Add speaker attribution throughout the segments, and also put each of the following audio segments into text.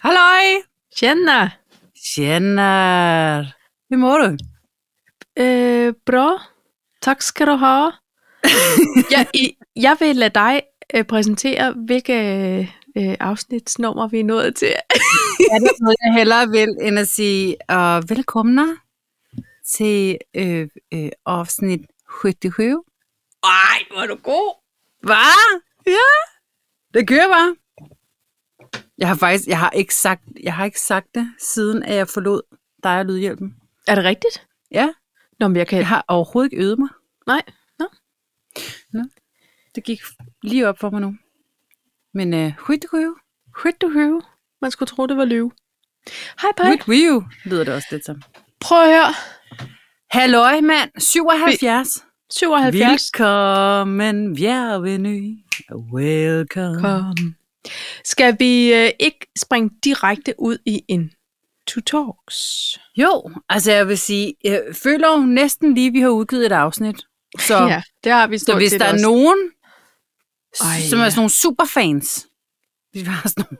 Speaker 1: Halløj! Tjena!
Speaker 2: Tjena! Hur mår du?
Speaker 1: Øh, bra. Tak skal du have. jeg, i- jeg vil lade dig øh, præsentere, hvilke øh, afsnitsnummer vi er nået til.
Speaker 2: Er det noget, jeg hellere vil, end at sige uh, velkomne til øh, øh, afsnit 77?
Speaker 1: Ej, hvor er du god!
Speaker 2: Hvad? Ja, det kører bare. Jeg har faktisk, jeg har ikke sagt, jeg har ikke sagt det, siden at jeg forlod dig og Lydhjælpen.
Speaker 1: Er det rigtigt?
Speaker 2: Ja.
Speaker 1: Nå, men jeg kan...
Speaker 2: Jeg har overhovedet ikke øvet mig.
Speaker 1: Nej, nå.
Speaker 2: Nå. Det gik lige op for mig nu. Men øh, 77?
Speaker 1: Hørt du høve? Man skulle tro, det var løve. Hej, Paj.
Speaker 2: 77 lyder det også lidt som.
Speaker 1: Prøv at høre.
Speaker 2: Halløj, mand. 77.
Speaker 1: 77.
Speaker 2: Velkommen, bjergveny. Welcome.
Speaker 1: Kom. Skal vi øh, ikke springe direkte ud i en to talks?
Speaker 2: Jo, altså jeg vil sige, jeg føler jo næsten lige, at vi har udgivet et afsnit. Så, ja,
Speaker 1: Ja, det har vi stort
Speaker 2: så hvis
Speaker 1: set
Speaker 2: der er
Speaker 1: også.
Speaker 2: nogen,
Speaker 1: Ej,
Speaker 2: Ej, som er
Speaker 1: ja.
Speaker 2: sådan nogle superfans, vi har sådan nogle,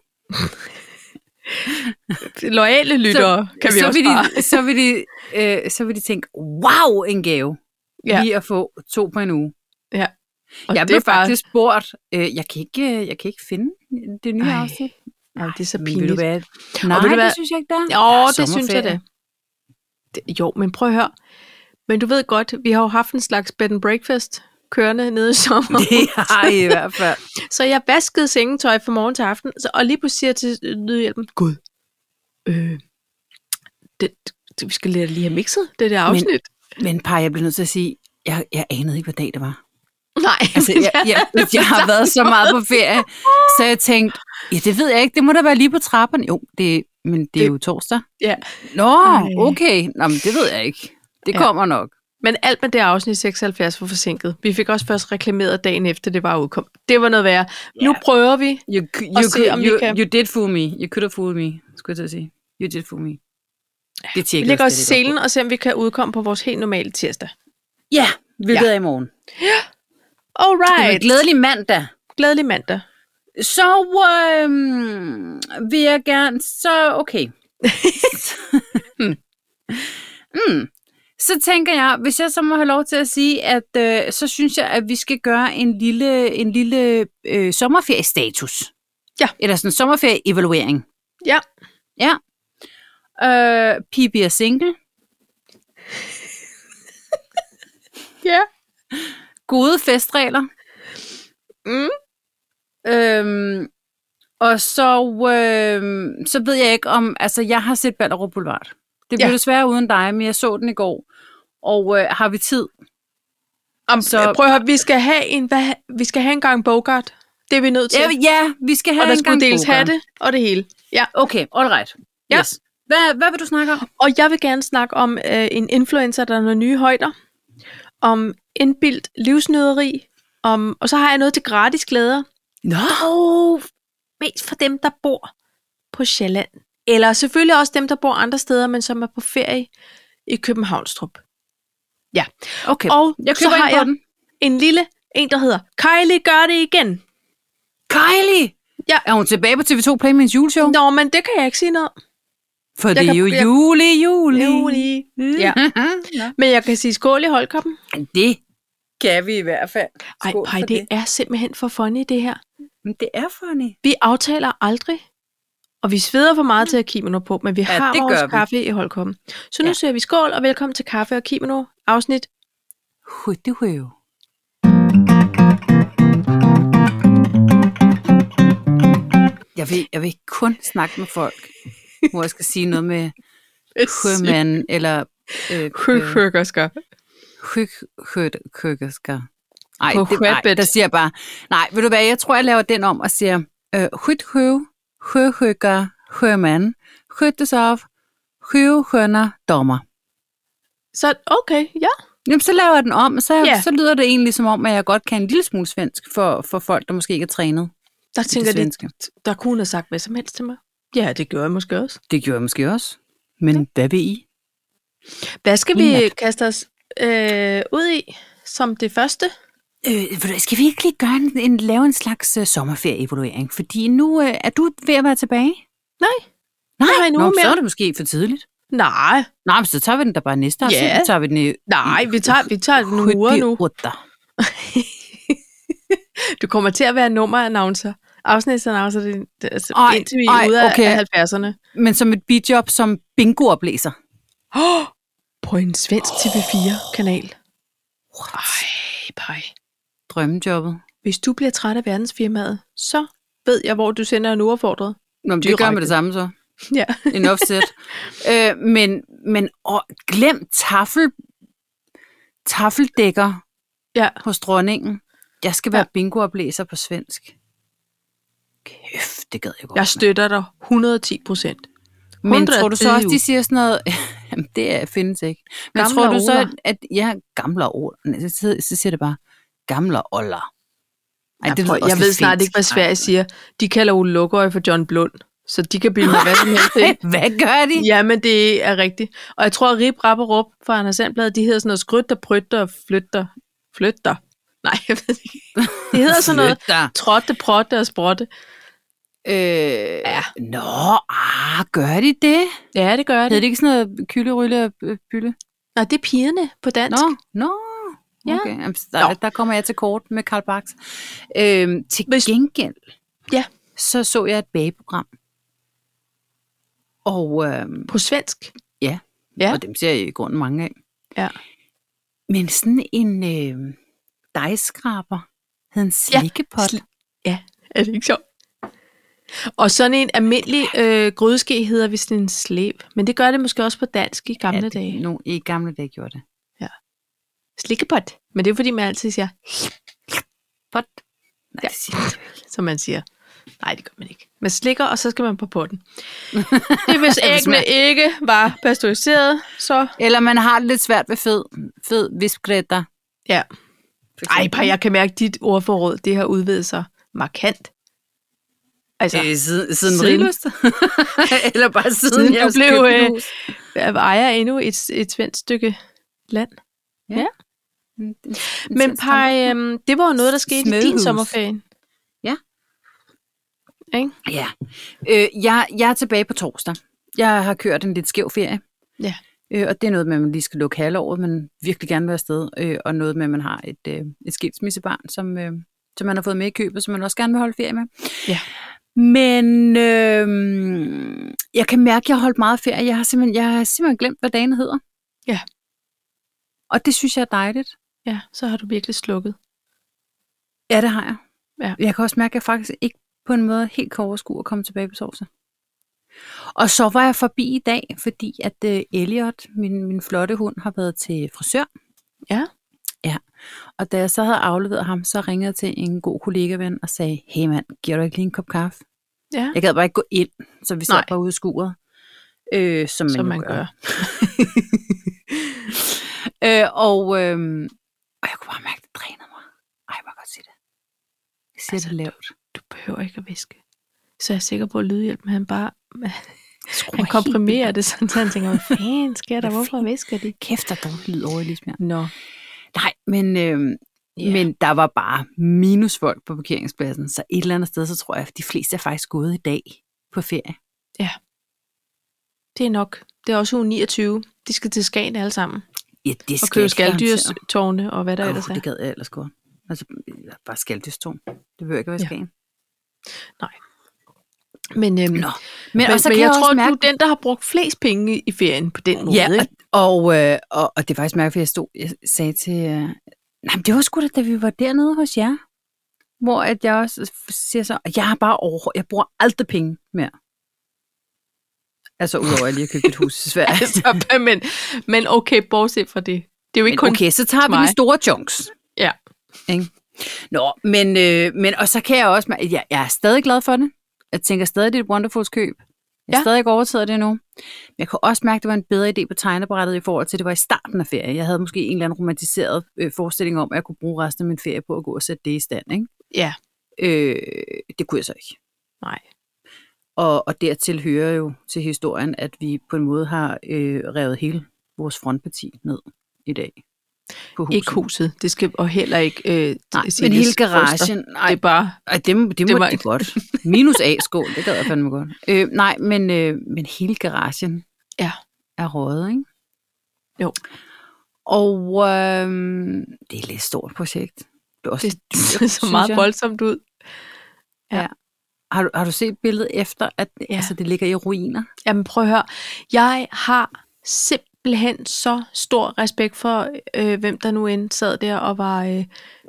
Speaker 1: Loyale lyttere, så, kan vi
Speaker 2: så,
Speaker 1: også
Speaker 2: vil
Speaker 1: bare.
Speaker 2: de, så, vil de, øh, så vil de tænke, wow, en gave.
Speaker 1: Ja.
Speaker 2: Ja. Lige at få to på en uge.
Speaker 1: Og
Speaker 2: jeg
Speaker 1: det
Speaker 2: blev
Speaker 1: er bare-
Speaker 2: faktisk spurgt, øh, jeg, kan ikke, øh, jeg kan ikke finde det nye
Speaker 1: Ej,
Speaker 2: afsnit.
Speaker 1: Ej, det er så
Speaker 2: Men
Speaker 1: pinligt.
Speaker 2: Vil du
Speaker 1: Åh,
Speaker 2: være? Nej,
Speaker 1: du
Speaker 2: det
Speaker 1: hvad?
Speaker 2: synes jeg ikke, der er.
Speaker 1: oh,
Speaker 2: Der er
Speaker 1: det synes jeg
Speaker 2: Ah, sommerferie.
Speaker 1: det. det. Jo, men prøv at høre. Men du ved godt, vi har jo haft en slags bed and breakfast kørende nede i sommer.
Speaker 2: Det har I i hvert fald.
Speaker 1: Så jeg vaskede sengetøj fra morgen til aften, så, og lige pludselig siger jeg til lydhjælpen, Gud, øh, det, det, vi skal lige lige have mixet det der
Speaker 2: Men-
Speaker 1: afsnit. Men,
Speaker 2: Men par, jeg bliver nødt til at sige, jeg, jeg anede ikke, hvad dag det var.
Speaker 1: Nej,
Speaker 2: Altså,
Speaker 1: men
Speaker 2: jeg, jeg,
Speaker 1: det
Speaker 2: jeg, jeg har
Speaker 1: forklarer
Speaker 2: været så meget på ferie, så jeg tænkte, ja, det ved jeg ikke, det må da være lige på trapperne. Jo, det, men det, er
Speaker 1: Det-
Speaker 2: jo torsdag.
Speaker 1: Ja.
Speaker 2: Nå,
Speaker 1: Ej.
Speaker 2: okay. Nå, men det ved jeg ikke. Det
Speaker 1: Ja.
Speaker 2: kommer nok.
Speaker 1: Men alt med det afsnit 76 var forsinket. Vi fik også først reklameret dagen efter, det var udkom. Det var noget værre. Yeah. Nu prøver vi.
Speaker 2: You, you, you,
Speaker 1: se, om vi
Speaker 2: you,
Speaker 1: kan-
Speaker 2: you did fool me. You could have fooled me, skulle jeg til at sige. You did fool me. Det
Speaker 1: Vi
Speaker 2: tjekker
Speaker 1: lægger
Speaker 2: jeg
Speaker 1: os i
Speaker 2: slet ikke op
Speaker 1: selen og ser, om vi kan udkomme på vores helt normale tirsdag.
Speaker 2: på. Ja, hvilket er i morgen.
Speaker 1: Alright.
Speaker 2: Right. Glædelig mandag.
Speaker 1: Glædelig mandag.
Speaker 2: Så øhm, vil jeg gerne... Så okay. Hmm. mm. Så tænker jeg, hvis jeg så må have lov til at sige, at øh, så synes jeg, at vi skal gøre en lille, en lille øh, sommerferiestatus.
Speaker 1: Ja.
Speaker 2: Eller sådan en sommerferieevaluering.
Speaker 1: Ja.
Speaker 2: Ja. Øh, Pige bliver single.
Speaker 1: Ja.
Speaker 2: Gode festregler.
Speaker 1: Mm.
Speaker 2: Øhm, og så, øhm, så ved jeg ikke om... Altså, jeg har set Ballerup Boulevard. Det blev
Speaker 1: Ja.
Speaker 2: ja. desværre uden dig, men jeg så den i går. Og øh, har vi tid?
Speaker 1: Om,
Speaker 2: Så-
Speaker 1: så... Prøv at høre, vi skal have en, hvad, vi skal have en gang Bogart. Det er vi nødt til.
Speaker 2: Ja, ja vi skal have
Speaker 1: og der
Speaker 2: en
Speaker 1: skulle
Speaker 2: gang
Speaker 1: deles
Speaker 2: poker.
Speaker 1: hatte og det hele. Ja.
Speaker 2: Okay, all right.
Speaker 1: Ja.
Speaker 2: Yes. Hvad, hvad vil du snakke om?
Speaker 1: Og jeg vil gerne snakke om øh, en influencer, der når nye højder. Om indbildt livsnøderi. Om, og så har jeg noget til gratis glæder.
Speaker 2: Nå.
Speaker 1: Og mest for dem, der bor på Sjælland. Eller selvfølgelig også dem, der bor andre steder, men som er på ferie i Københavnstrup.
Speaker 2: Okay, og
Speaker 1: Og
Speaker 2: jeg køber
Speaker 1: så har
Speaker 2: ind på
Speaker 1: jeg
Speaker 2: den.
Speaker 1: en lille en, der hedder Kylie gør det igen.
Speaker 2: Kylie!
Speaker 1: Ja.
Speaker 2: Er hun tilbage på TV2 Play med hendes juleshow?
Speaker 1: Nå, men det kan jeg ikke sige noget om.
Speaker 2: For
Speaker 1: Jeg
Speaker 2: det er
Speaker 1: kan-
Speaker 2: jo
Speaker 1: jeg-
Speaker 2: juli, juli.
Speaker 1: Juli. Ja. Men jeg kan sige skål i holdkoppen.
Speaker 2: Det kan vi i hvert fald.
Speaker 1: Ej,
Speaker 2: Skål
Speaker 1: pej,
Speaker 2: for
Speaker 1: det er simpelthen for funny, det her.
Speaker 2: Men det er funny.
Speaker 1: Vi aftaler aldrig, og vi sveder for meget til at have kimono på, men vi ja, har
Speaker 2: det
Speaker 1: vores
Speaker 2: gør vi.
Speaker 1: kaffe i holdkoppen. Så nu
Speaker 2: Ja.
Speaker 1: ja. siger vi skål, og velkommen til Kaffe og Kimono, afsnit
Speaker 2: Huttehøv. Jeg vil, jeg vil kun snakke med folk, hvor jeg skal sige noget med kømand eller øh, øh,
Speaker 1: Høgøsker.
Speaker 2: Hyghødkøkkersker. Nej,
Speaker 1: På
Speaker 2: det, nej,
Speaker 1: Hwebet.
Speaker 2: der siger jeg bare, nej, ved du hvad, jeg tror, jeg laver den om og siger, øh, hythøv, høhøkker, hømand, hyttesov, høhønner, dommer.
Speaker 1: Så okay, ja.
Speaker 2: Jamen, så laver jeg den om, og så,
Speaker 1: Ja.
Speaker 2: ja. så lyder det egentlig som om, at jeg godt kan en lille smule svensk for, for folk, der måske ikke er trænet
Speaker 1: Der
Speaker 2: i det
Speaker 1: tænker de,
Speaker 2: svenske. Det.
Speaker 1: der kunne hun have sagt hvad som helst til mig. Ja, det gør jeg måske også.
Speaker 2: det gjorde jeg måske også. Men ja. hvad ved I?
Speaker 1: Hvad skal
Speaker 2: Lige
Speaker 1: vi kaste os øh, ud i som det første?
Speaker 2: Øh, skal vi ikke lige gøre øh, en, en, lave en slags uh, sommerferieevaluering? Fordi nu uh, er du ved at være tilbage.
Speaker 1: Nej. Jeg har en
Speaker 2: Nå,
Speaker 1: uge
Speaker 2: så
Speaker 1: mere.
Speaker 2: er det måske for tidligt.
Speaker 1: Nej,
Speaker 2: Nej, men så tager vi den da bare næste år.
Speaker 1: Ja.
Speaker 2: Så tager vi den i
Speaker 1: nej, vi tager, vi tager nogle uger nu.
Speaker 2: 78.
Speaker 1: Du kommer til at være nummerannoncer. Afsnitsannoncer, det, det, altså,
Speaker 2: Ej,
Speaker 1: indtil vi
Speaker 2: ej,
Speaker 1: er ude af,
Speaker 2: okay.
Speaker 1: af 70'erne.
Speaker 2: Men som et bidjob som bingooplæser.
Speaker 1: Oh, på en svensk TV4-kanal. Ej, pej.
Speaker 2: Drømmejobbet.
Speaker 1: Hvis du bliver træt af verdensfirmaet, så ved jeg, hvor du sender en uaffordret.
Speaker 2: Nå, men det
Speaker 1: Direkte.
Speaker 2: gør med det samme så.
Speaker 1: Ja.
Speaker 2: En offset. øh, men men og, glem tafel, tafeldækker
Speaker 1: Ja.
Speaker 2: hos dronningen. Jeg skal være
Speaker 1: Ja.
Speaker 2: ja. bingooplæser på svensk. Kæft, det gad jeg godt.
Speaker 1: Jeg støtter dig 110 procent.
Speaker 2: Men tror du så
Speaker 1: 110
Speaker 2: også, de siger sådan noget? Jamen, det er- findes ikke. Men
Speaker 1: Gamle
Speaker 2: tror du så,
Speaker 1: åler.
Speaker 2: at, at jeg ja, gamle åler? Så, sidder- så siger det bare, gamle åler. Ej,
Speaker 1: Jeg,
Speaker 2: det
Speaker 1: prøver,
Speaker 2: lyder også
Speaker 1: jeg ved
Speaker 2: lidt
Speaker 1: snart
Speaker 2: finsk.
Speaker 1: ikke, hvad Sverige siger. De kalder Ole Lukøje for John Blund, så de kan bilde mig hvad som helst ind.
Speaker 2: Ej, Hvad gør de?
Speaker 1: Ja, men det er rigtigt. Og jeg tror, at Rip, Rap og Rup fra Anders Sandblad, de hedder sådan noget skryt og prytter og flytter. Flytter? Nej, jeg ved det ikke. Det hedder sådan noget
Speaker 2: Flyt dig.
Speaker 1: trotte, protte og sprotte.
Speaker 2: Øh,
Speaker 1: Ja.
Speaker 2: ja. Nå, ah, gør de det?
Speaker 1: Ja, det gør
Speaker 2: Hedder
Speaker 1: det.
Speaker 2: det ikke sådan noget kylde, rylle og øh, bylle?
Speaker 1: Nej, det er pigerne på dansk.
Speaker 2: Nå, nå.
Speaker 1: Ja.
Speaker 2: Okay. Jamen, så Der,
Speaker 1: Nå.
Speaker 2: der kommer jeg til kort med Karl Barks. Øhm, til
Speaker 1: Hvis-
Speaker 2: Hvis... gengæld,
Speaker 1: Ja.
Speaker 2: så så jeg et bageprogram. Og, øhm,
Speaker 1: På svensk. Ja.
Speaker 2: ja. og dem ser jeg i grunden mange af.
Speaker 1: Ja.
Speaker 2: Men sådan en øh, dejskraber hed en
Speaker 1: Ja,
Speaker 2: slikkepot. Ja.
Speaker 1: sli- Er det ikke sjovt? Og sådan en almindelig øh, grydeske hedder vist en slæb. Men det gør det måske også på dansk i gamle ja,
Speaker 2: det,
Speaker 1: dage.
Speaker 2: Nu, I gamle dage gjorde det.
Speaker 1: Slikkepot. Men det er fordi, man altid siger,
Speaker 2: Pot. Nej,
Speaker 1: Ja.
Speaker 2: det siger jeg ikke.
Speaker 1: som man siger. Nej, det gør man ikke. Man slikker, og så skal man på potten. Det er, hvis æggene
Speaker 2: man-
Speaker 1: ikke var pasteuriseret, så...
Speaker 2: Eller man har det lidt svært ved fed, fed vispgrætter.
Speaker 1: Ja.
Speaker 2: For
Speaker 1: Ej,
Speaker 2: eksempel.
Speaker 1: par, jeg kan mærke, at dit ordforråd, det har udvidet sig markant. Altså,
Speaker 2: Øh, siden, siden
Speaker 1: Siden-
Speaker 2: Marielyst? Eller bare siden,
Speaker 1: Siden
Speaker 2: jeg
Speaker 1: du
Speaker 2: også
Speaker 1: blev,
Speaker 2: købte
Speaker 1: øh,
Speaker 2: et hus?
Speaker 1: jeg ejer endnu et, et svensk stykke land. Men Paj, øhm, det var jo noget, der skete i din
Speaker 2: Smedhus.
Speaker 1: sommerferie.
Speaker 2: Ja. Øh, jeg, jeg er tilbage på torsdag. Jeg har kørt en lidt skæv ferie.
Speaker 1: Ja.
Speaker 2: Øh, og det er noget med, at man lige skal lukke halvåret, men virkelig gerne vil afsted. Øh, og noget med, at man har et, øh, et skilsmissebarn, som, øh, som man har fået med i købet, som man også gerne vil holde ferie med.
Speaker 1: Ja.
Speaker 2: Men øh, jeg kan mærke, at jeg har holdt meget ferie. Jeg har simpelthen, jeg har simpelthen glemt, hvad dagen hedder.
Speaker 1: Ja.
Speaker 2: Og det synes jeg er dejligt.
Speaker 1: Ja, så har du virkelig slukket.
Speaker 2: Ja, det har jeg.
Speaker 1: Ja.
Speaker 2: Jeg kan også mærke, at jeg faktisk ikke på en måde helt kan overskue at komme tilbage på torsdag. Og så var jeg forbi i dag, fordi at uh, Elliot, min, min flotte hund, har været til frisør.
Speaker 1: Ja.
Speaker 2: Ja. Og da jeg så havde afleveret ham, så ringede jeg til en god kollegaven og sagde, hey mand, giver du ikke lige en kop kaffe?
Speaker 1: Ja,
Speaker 2: Jeg gad bare ikke gå ind, så vi sad
Speaker 1: Nej.
Speaker 2: bare ude i skuret. Øh, som man,
Speaker 1: som
Speaker 2: jo
Speaker 1: man gør.
Speaker 2: Øh, og, øh, og jeg kunne bare mærke, at det drænede mig. Ej, jeg må godt sige det. Jeg siger
Speaker 1: Altså,
Speaker 2: altså, det lavt.
Speaker 1: Du behøver ikke at viske. Så er jeg sikker på, at lydhjælpen, han bare
Speaker 2: Skruer
Speaker 1: han
Speaker 2: helt vildt
Speaker 1: komprimerer det, sådan, så han tænker, hvad fanden sker der?
Speaker 2: Hvad
Speaker 1: Hvorfor visker de?
Speaker 2: Kæft, der er dårlig lyd over Elisabeth.
Speaker 1: Nå.
Speaker 2: Nej, men, øh,
Speaker 1: Ja.
Speaker 2: yeah. men der var bare minusfolk på parkeringspladsen, så et eller andet sted, så tror jeg, at de fleste er faktisk gået i dag på ferie.
Speaker 1: Det er nok. Det er også uge 29. De skal til Skagen alle sammen.
Speaker 2: Ja, det
Speaker 1: Og købe
Speaker 2: jeg garantere.
Speaker 1: skaldyrstårne og hvad der oh, ellers
Speaker 2: Åh,
Speaker 1: er.
Speaker 2: det gad jeg ellers godt. Altså, bare skaldyrstårn. Det behøver ikke at
Speaker 1: Ja.
Speaker 2: være Skagen.
Speaker 1: Men, øhm,
Speaker 2: Nå. Men,
Speaker 1: men,
Speaker 2: og så
Speaker 1: men
Speaker 2: kan
Speaker 1: jeg,
Speaker 2: jeg,
Speaker 1: tror,
Speaker 2: også
Speaker 1: du
Speaker 2: mærke,
Speaker 1: er den, der har brugt flest penge i ferien på den måde.
Speaker 2: Ja,
Speaker 1: ikke?
Speaker 2: og, øh, og, og det er faktisk mærke, for jeg stod, jeg sagde til, øh, nej, men det var sgu da, da vi var dernede hos jer, hvor at jeg også siger så, at jeg har bare over, jeg bruger aldrig penge mere. Altså, udover at jeg lige har købt et hus i Sverige.
Speaker 1: altså, men, men okay, bortset fra det. Det er jo ikke
Speaker 2: men
Speaker 1: kun...
Speaker 2: okay, så tager vi
Speaker 1: mig.
Speaker 2: de store chunks.
Speaker 1: Ja.
Speaker 2: Ikke? Nå, men, øh, men og så kan jeg også, mær- jeg, jeg er stadig glad for det. Jeg tænker stadig, det er et wonderfuls køb. Jeg er
Speaker 1: Ja.
Speaker 2: ja. stadig ikke overtaget det endnu. Men jeg kunne også mærke, at det var en bedre idé på tegnebrættet i forhold til, at det var i starten af ferie. Jeg havde måske en eller anden romantiseret øh, forestilling om, at jeg kunne bruge resten af min ferie på at gå og sætte det i stand. Ikke?
Speaker 1: Ja.
Speaker 2: Øh, det kunne jeg så ikke.
Speaker 1: Nej.
Speaker 2: Og, og dertil hører jo til historien, at vi på en måde har øh, revet hele vores frontparti ned i dag. på huset.
Speaker 1: Ikke huset, det skal, og heller ikke øh,
Speaker 2: Nej,
Speaker 1: Signes
Speaker 2: men hele
Speaker 1: bryster.
Speaker 2: garagen. Nej,
Speaker 1: Det er bare,
Speaker 2: Ej, det, må- det
Speaker 1: Det
Speaker 2: må
Speaker 1: var-
Speaker 2: det, det godt. Minus A-skål, det gad jeg fandme godt. Øh, nej, men, øh, men hele garagen
Speaker 1: Ja.
Speaker 2: er røget, ikke?
Speaker 1: Jo.
Speaker 2: Og øh, det er et lidt stort projekt. Det er også
Speaker 1: det,
Speaker 2: dyrt,
Speaker 1: det så
Speaker 2: synes
Speaker 1: meget
Speaker 2: jeg.
Speaker 1: voldsomt ud.
Speaker 2: Har, du, har du set billedet efter, at ja.
Speaker 1: Ja.
Speaker 2: altså, det ligger i ruiner?
Speaker 1: Jamen prøv at høre, jeg har simpelthen så stor respekt for, øh, hvem der nu end sad der og var øh, øh,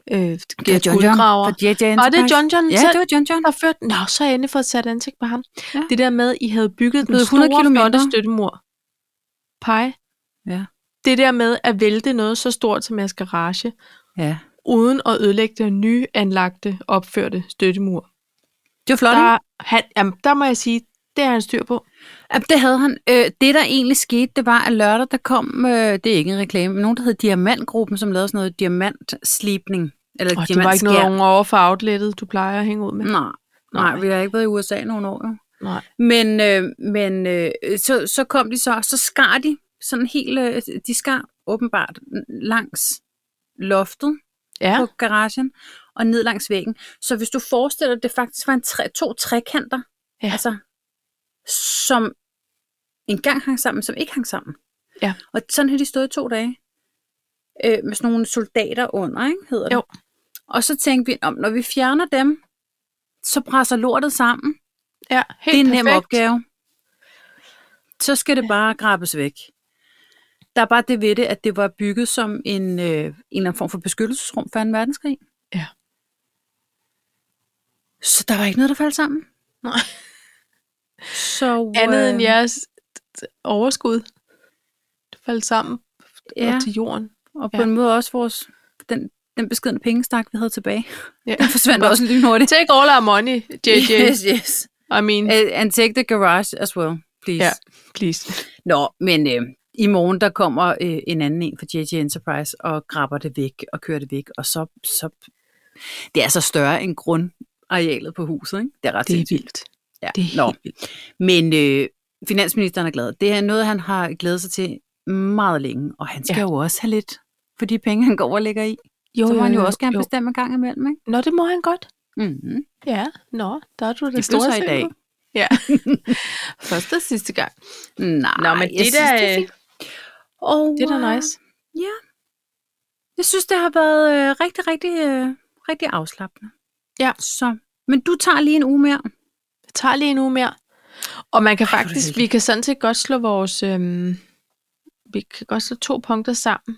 Speaker 1: guldgraver.
Speaker 2: Fra J.J.
Speaker 1: Og det er John John
Speaker 2: Ja,
Speaker 1: selv,
Speaker 2: det var John John.
Speaker 1: der førte den. Nå, så har jeg endelig fået sat ansigt på ham.
Speaker 2: Ja.
Speaker 1: Ja. Det der med, I havde bygget den
Speaker 2: Blevet 100
Speaker 1: store,
Speaker 2: kilometer.
Speaker 1: flotte støttemur. Pej.
Speaker 2: Ja.
Speaker 1: Det der med at vælte noget så stort som jeres garage,
Speaker 2: Ja.
Speaker 1: uden at ødelægge den nyanlagte, opførte støttemur.
Speaker 2: Det var flot, ikke?
Speaker 1: Der, han, jamen, der må jeg sige, det har han styr på.
Speaker 2: Ja, det havde han. Øh, det, der egentlig skete, det var, at lørdag, der kom, øh, det er ikke en reklame, men nogen, der hed Diamantgruppen, som lavede sådan noget diamantslipning. Eller
Speaker 1: Og det var ikke noget
Speaker 2: diamantskær.
Speaker 1: over over for outletet, du plejer at hænge ud med.
Speaker 2: Nej, nej, vi har ikke været i USA nogle år. Jo.
Speaker 1: Nej.
Speaker 2: Men, øh, men øh, så, så kom de så, så skar de sådan helt, øh, de skar åbenbart langs loftet
Speaker 1: Ja,
Speaker 2: ja. på garagen og ned langs væggen. Så hvis du forestiller dig, at det faktisk var en tre, to trekanter,
Speaker 1: Ja.
Speaker 2: altså, som engang hang sammen, som ikke hang sammen.
Speaker 1: Ja.
Speaker 2: Og sådan har de stået i to dage. Øh, med sådan nogle soldater under, ikke, hedder det.
Speaker 1: Jo.
Speaker 2: Og så tænkte vi, om når vi fjerner dem, så presser lortet sammen.
Speaker 1: ja
Speaker 2: det er
Speaker 1: helt
Speaker 2: en nem
Speaker 1: perfekt.
Speaker 2: opgave. Så skal det bare grabes væk. Der er bare det ved det, at det var bygget som en, øh, en eller anden form for beskyttelsesrum for 2. verdenskrig.
Speaker 1: Ja.
Speaker 2: Så der var ikke noget, der faldt sammen.
Speaker 1: Nej.
Speaker 2: Så,
Speaker 1: Andet end
Speaker 2: øh,
Speaker 1: jeres øh, overskud. Det faldt sammen ja.
Speaker 2: ja.
Speaker 1: og til jorden.
Speaker 2: Og på
Speaker 1: Ja.
Speaker 2: en måde også vores, den, den beskedne pengestak, vi havde tilbage.
Speaker 1: Ja.
Speaker 2: Den forsvandt også lynhurtigt.
Speaker 1: Take all our money, JJ.
Speaker 2: Yes, yes.
Speaker 1: I mean,
Speaker 2: And- And take the garage as well, please.
Speaker 1: Ja. please.
Speaker 2: Nå, men øh, i morgen der kommer øh, en anden en fra JJ Enterprise og grabber det væk og kører det væk, og så, så det er så større end grundarealet på huset, ikke? Det er ret
Speaker 1: Det er
Speaker 2: sindssygt.
Speaker 1: vildt.
Speaker 2: Ja.
Speaker 1: Det er
Speaker 2: Nå.
Speaker 1: helt vildt.
Speaker 2: Men øh, finansministeren er glad. Det er noget, han har glædet sig til meget længe, og han skal ja.
Speaker 1: Ja.
Speaker 2: jo også have lidt for de penge, han går og lægger i. Jo, så må han jo også gerne jo. bestemme en gang imellem, ikke?
Speaker 1: Nå, det må han godt.
Speaker 2: Mm-hmm.
Speaker 1: Ja, nå, der er du
Speaker 2: Det
Speaker 1: det
Speaker 2: blev
Speaker 1: store
Speaker 2: så i dag.
Speaker 1: Ja. Første og sidste gang.
Speaker 2: Nej,
Speaker 1: Nå, men
Speaker 2: jeg
Speaker 1: det
Speaker 2: synes,
Speaker 1: der,
Speaker 2: det er,
Speaker 1: øh,
Speaker 2: fint. og,
Speaker 1: Det er da
Speaker 2: øh,
Speaker 1: nice.
Speaker 2: Jeg synes, det har været øh, rigtig, rigtig, øh, rigtig afslappende.
Speaker 1: Ja.
Speaker 2: Så. Men du tager lige en uge mere.
Speaker 1: Jeg tager lige en uge mere. Og man kan
Speaker 2: Ej, hvor er du
Speaker 1: faktisk,
Speaker 2: heldig.
Speaker 1: vi kan sådan set godt slå vores, øhm, vi kan godt slå to punkter sammen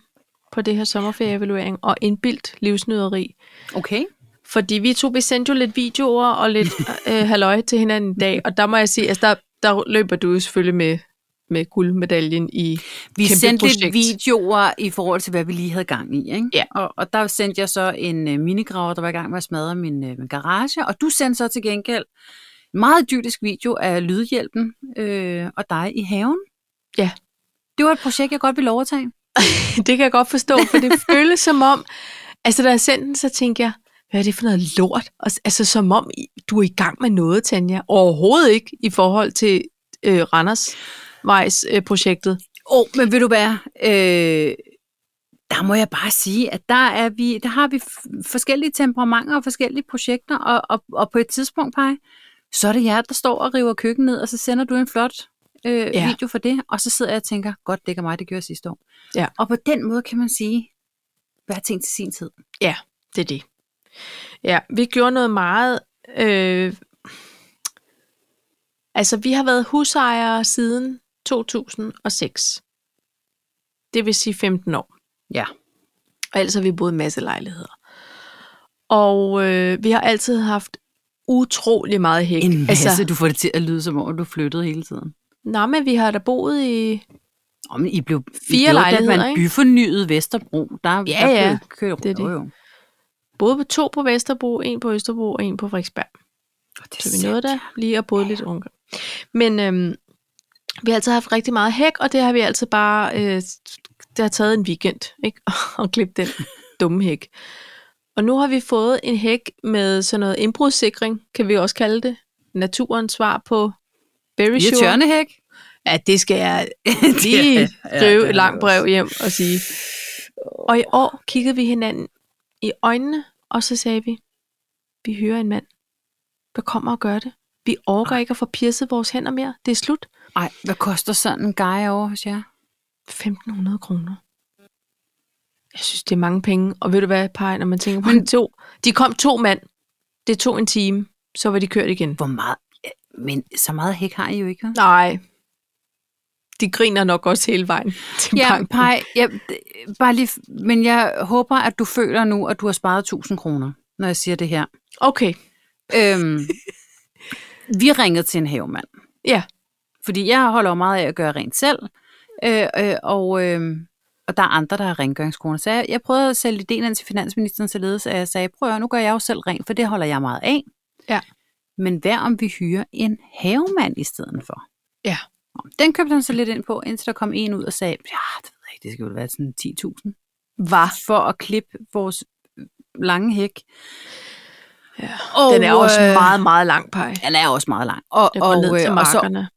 Speaker 1: på det her sommerferieevaluering og indbildt livsnyderi.
Speaker 2: Okay.
Speaker 1: Fordi vi to, vi sendte jo lidt videoer og lidt øh, halløj til hinanden i dag, og der må jeg sige, altså der, der løber du jo selvfølgelig med, med guldmedaljen i...
Speaker 2: Vi
Speaker 1: Kæmpe
Speaker 2: sendte lidt
Speaker 1: projekt.
Speaker 2: videoer i forhold til, hvad vi lige havde gang i. Ikke?
Speaker 1: Ja.
Speaker 2: Og, og der sendte jeg så en øh, minigraver, der var i gang med at smadre min, øh, min garage. Og du sendte så til gengæld en meget dyrisk video af Lydhjælpen øh, og dig i haven.
Speaker 1: Ja.
Speaker 2: Det var et projekt, jeg godt ville overtage.
Speaker 1: Det kan jeg godt forstå, for det føles som om... Altså, da jeg sendte den, så tænkte jeg, hvad er det for noget lort? Og, s- altså, som om I- du er i gang med noget, Tanja. Overhovedet ikke i forhold til øh, Randers Vejs øh, projektet.
Speaker 2: Åh, oh, men vil du være... Øh, der må jeg bare sige, at der, er vi, der har vi f- forskellige temperamenter og forskellige projekter, og, og, og på et tidspunkt, Paj, så er det jer, der står og river køkkenet ned, og så sender du en flot øh, ja.
Speaker 1: Ja.
Speaker 2: video for det, og så sidder jeg og tænker, godt, det ikke er mig, det gjorde jeg sidste år.
Speaker 1: Ja.
Speaker 2: Og på den måde kan man sige, hvad har tænkt til sin tid?
Speaker 1: Det er det. Ja, vi gjorde noget meget... Øh, altså, vi har været husejere siden 2006. Det vil sige 15 år.
Speaker 2: Ja.
Speaker 1: Og ellers har vi boet i en masse lejligheder. Og øh, vi har altid haft utrolig meget hæk.
Speaker 2: En masse, altså,
Speaker 1: Altså,
Speaker 2: du får det til at lyde som om, du flyttede hele tiden.
Speaker 1: nå, men vi har da boet i...
Speaker 2: Om I blev
Speaker 1: Fire
Speaker 2: I blev,
Speaker 1: lejligheder,
Speaker 2: man
Speaker 1: ikke?
Speaker 2: byfornyet Vesterbro. Der, ja, der
Speaker 1: ja,
Speaker 2: Blev kørt,
Speaker 1: det er det.
Speaker 2: Jo, jo.
Speaker 1: Både på to på Vesterbro, en på Østerbro og en på Frederiksberg.
Speaker 2: Og det er
Speaker 1: Så vi
Speaker 2: sandt.
Speaker 1: nåede da lige at både lidt unge. Men øhm, vi har altid haft rigtig meget hæk, og det har vi altid bare... Øh, det har taget en weekend, ikke? Og klippe den dumme hæk. Og nu har vi fået en hæk med sådan noget indbrudssikring, kan vi også kalde det. Naturens svar på Very
Speaker 2: I
Speaker 1: Sure.
Speaker 2: Tørnehæk?
Speaker 1: Ja, det skal jeg
Speaker 2: Det er-
Speaker 1: lige
Speaker 2: ja,
Speaker 1: skrive
Speaker 2: det
Speaker 1: et
Speaker 2: har
Speaker 1: langt
Speaker 2: vi
Speaker 1: brev
Speaker 2: også.
Speaker 1: hjem og sige. Og i år kiggede vi hinanden i øjnene, og så sagde vi, vi hører en mand, der kommer og gør det. Vi orker
Speaker 2: Ah.
Speaker 1: ikke at få pirset vores hænder mere. Det er slut.
Speaker 2: Ej, hvad koster sådan en guy over hos jer?
Speaker 1: 1.500 kroner. Jeg synes, det er mange penge. Og ved du hvad, Paj, når man tænker på
Speaker 2: Men-
Speaker 1: Men... to. De kom to mand. Det tog en time. Så var de kørt igen.
Speaker 2: Hvor meget? ja, Men så meget hæk har I jo ikke, vel?
Speaker 1: Nej. De griner nok også hele vejen til
Speaker 2: Ja,
Speaker 1: banken.
Speaker 2: pej, ja, d- bare lige, f- men jeg håber, at du føler nu, at du har sparet 1000 kroner, når jeg siger det her.
Speaker 1: Okay.
Speaker 2: Øhm, vi ringede til en havemand.
Speaker 1: Ja.
Speaker 2: Fordi jeg holder jo meget af at gøre rent selv, øh, øh, og, øh, og der er andre, der har rengøringskoner. Så jeg, jeg prøvede at sælge ideen ind til finansministeren således, at jeg sagde, prøv at høre, nu gør jeg jo selv rent, for det holder jeg meget af.
Speaker 1: Ja.
Speaker 2: Men hvad om vi hyrer en havemand i stedet for?
Speaker 1: Ja.
Speaker 2: Nå, Den købte han så lidt ind på, indtil der kom en ud og sagde, ja, det ved jeg ikke, det skal jo være sådan 10.000.
Speaker 1: Var.
Speaker 2: For at klippe vores lange hæk.
Speaker 1: Ja,
Speaker 2: Og,
Speaker 1: Den er også
Speaker 2: øh,
Speaker 1: meget, meget lang, Paj.
Speaker 2: Den er også meget lang. Og,
Speaker 1: Den går
Speaker 2: og,
Speaker 1: ned til
Speaker 2: øh, og så
Speaker 1: markerne.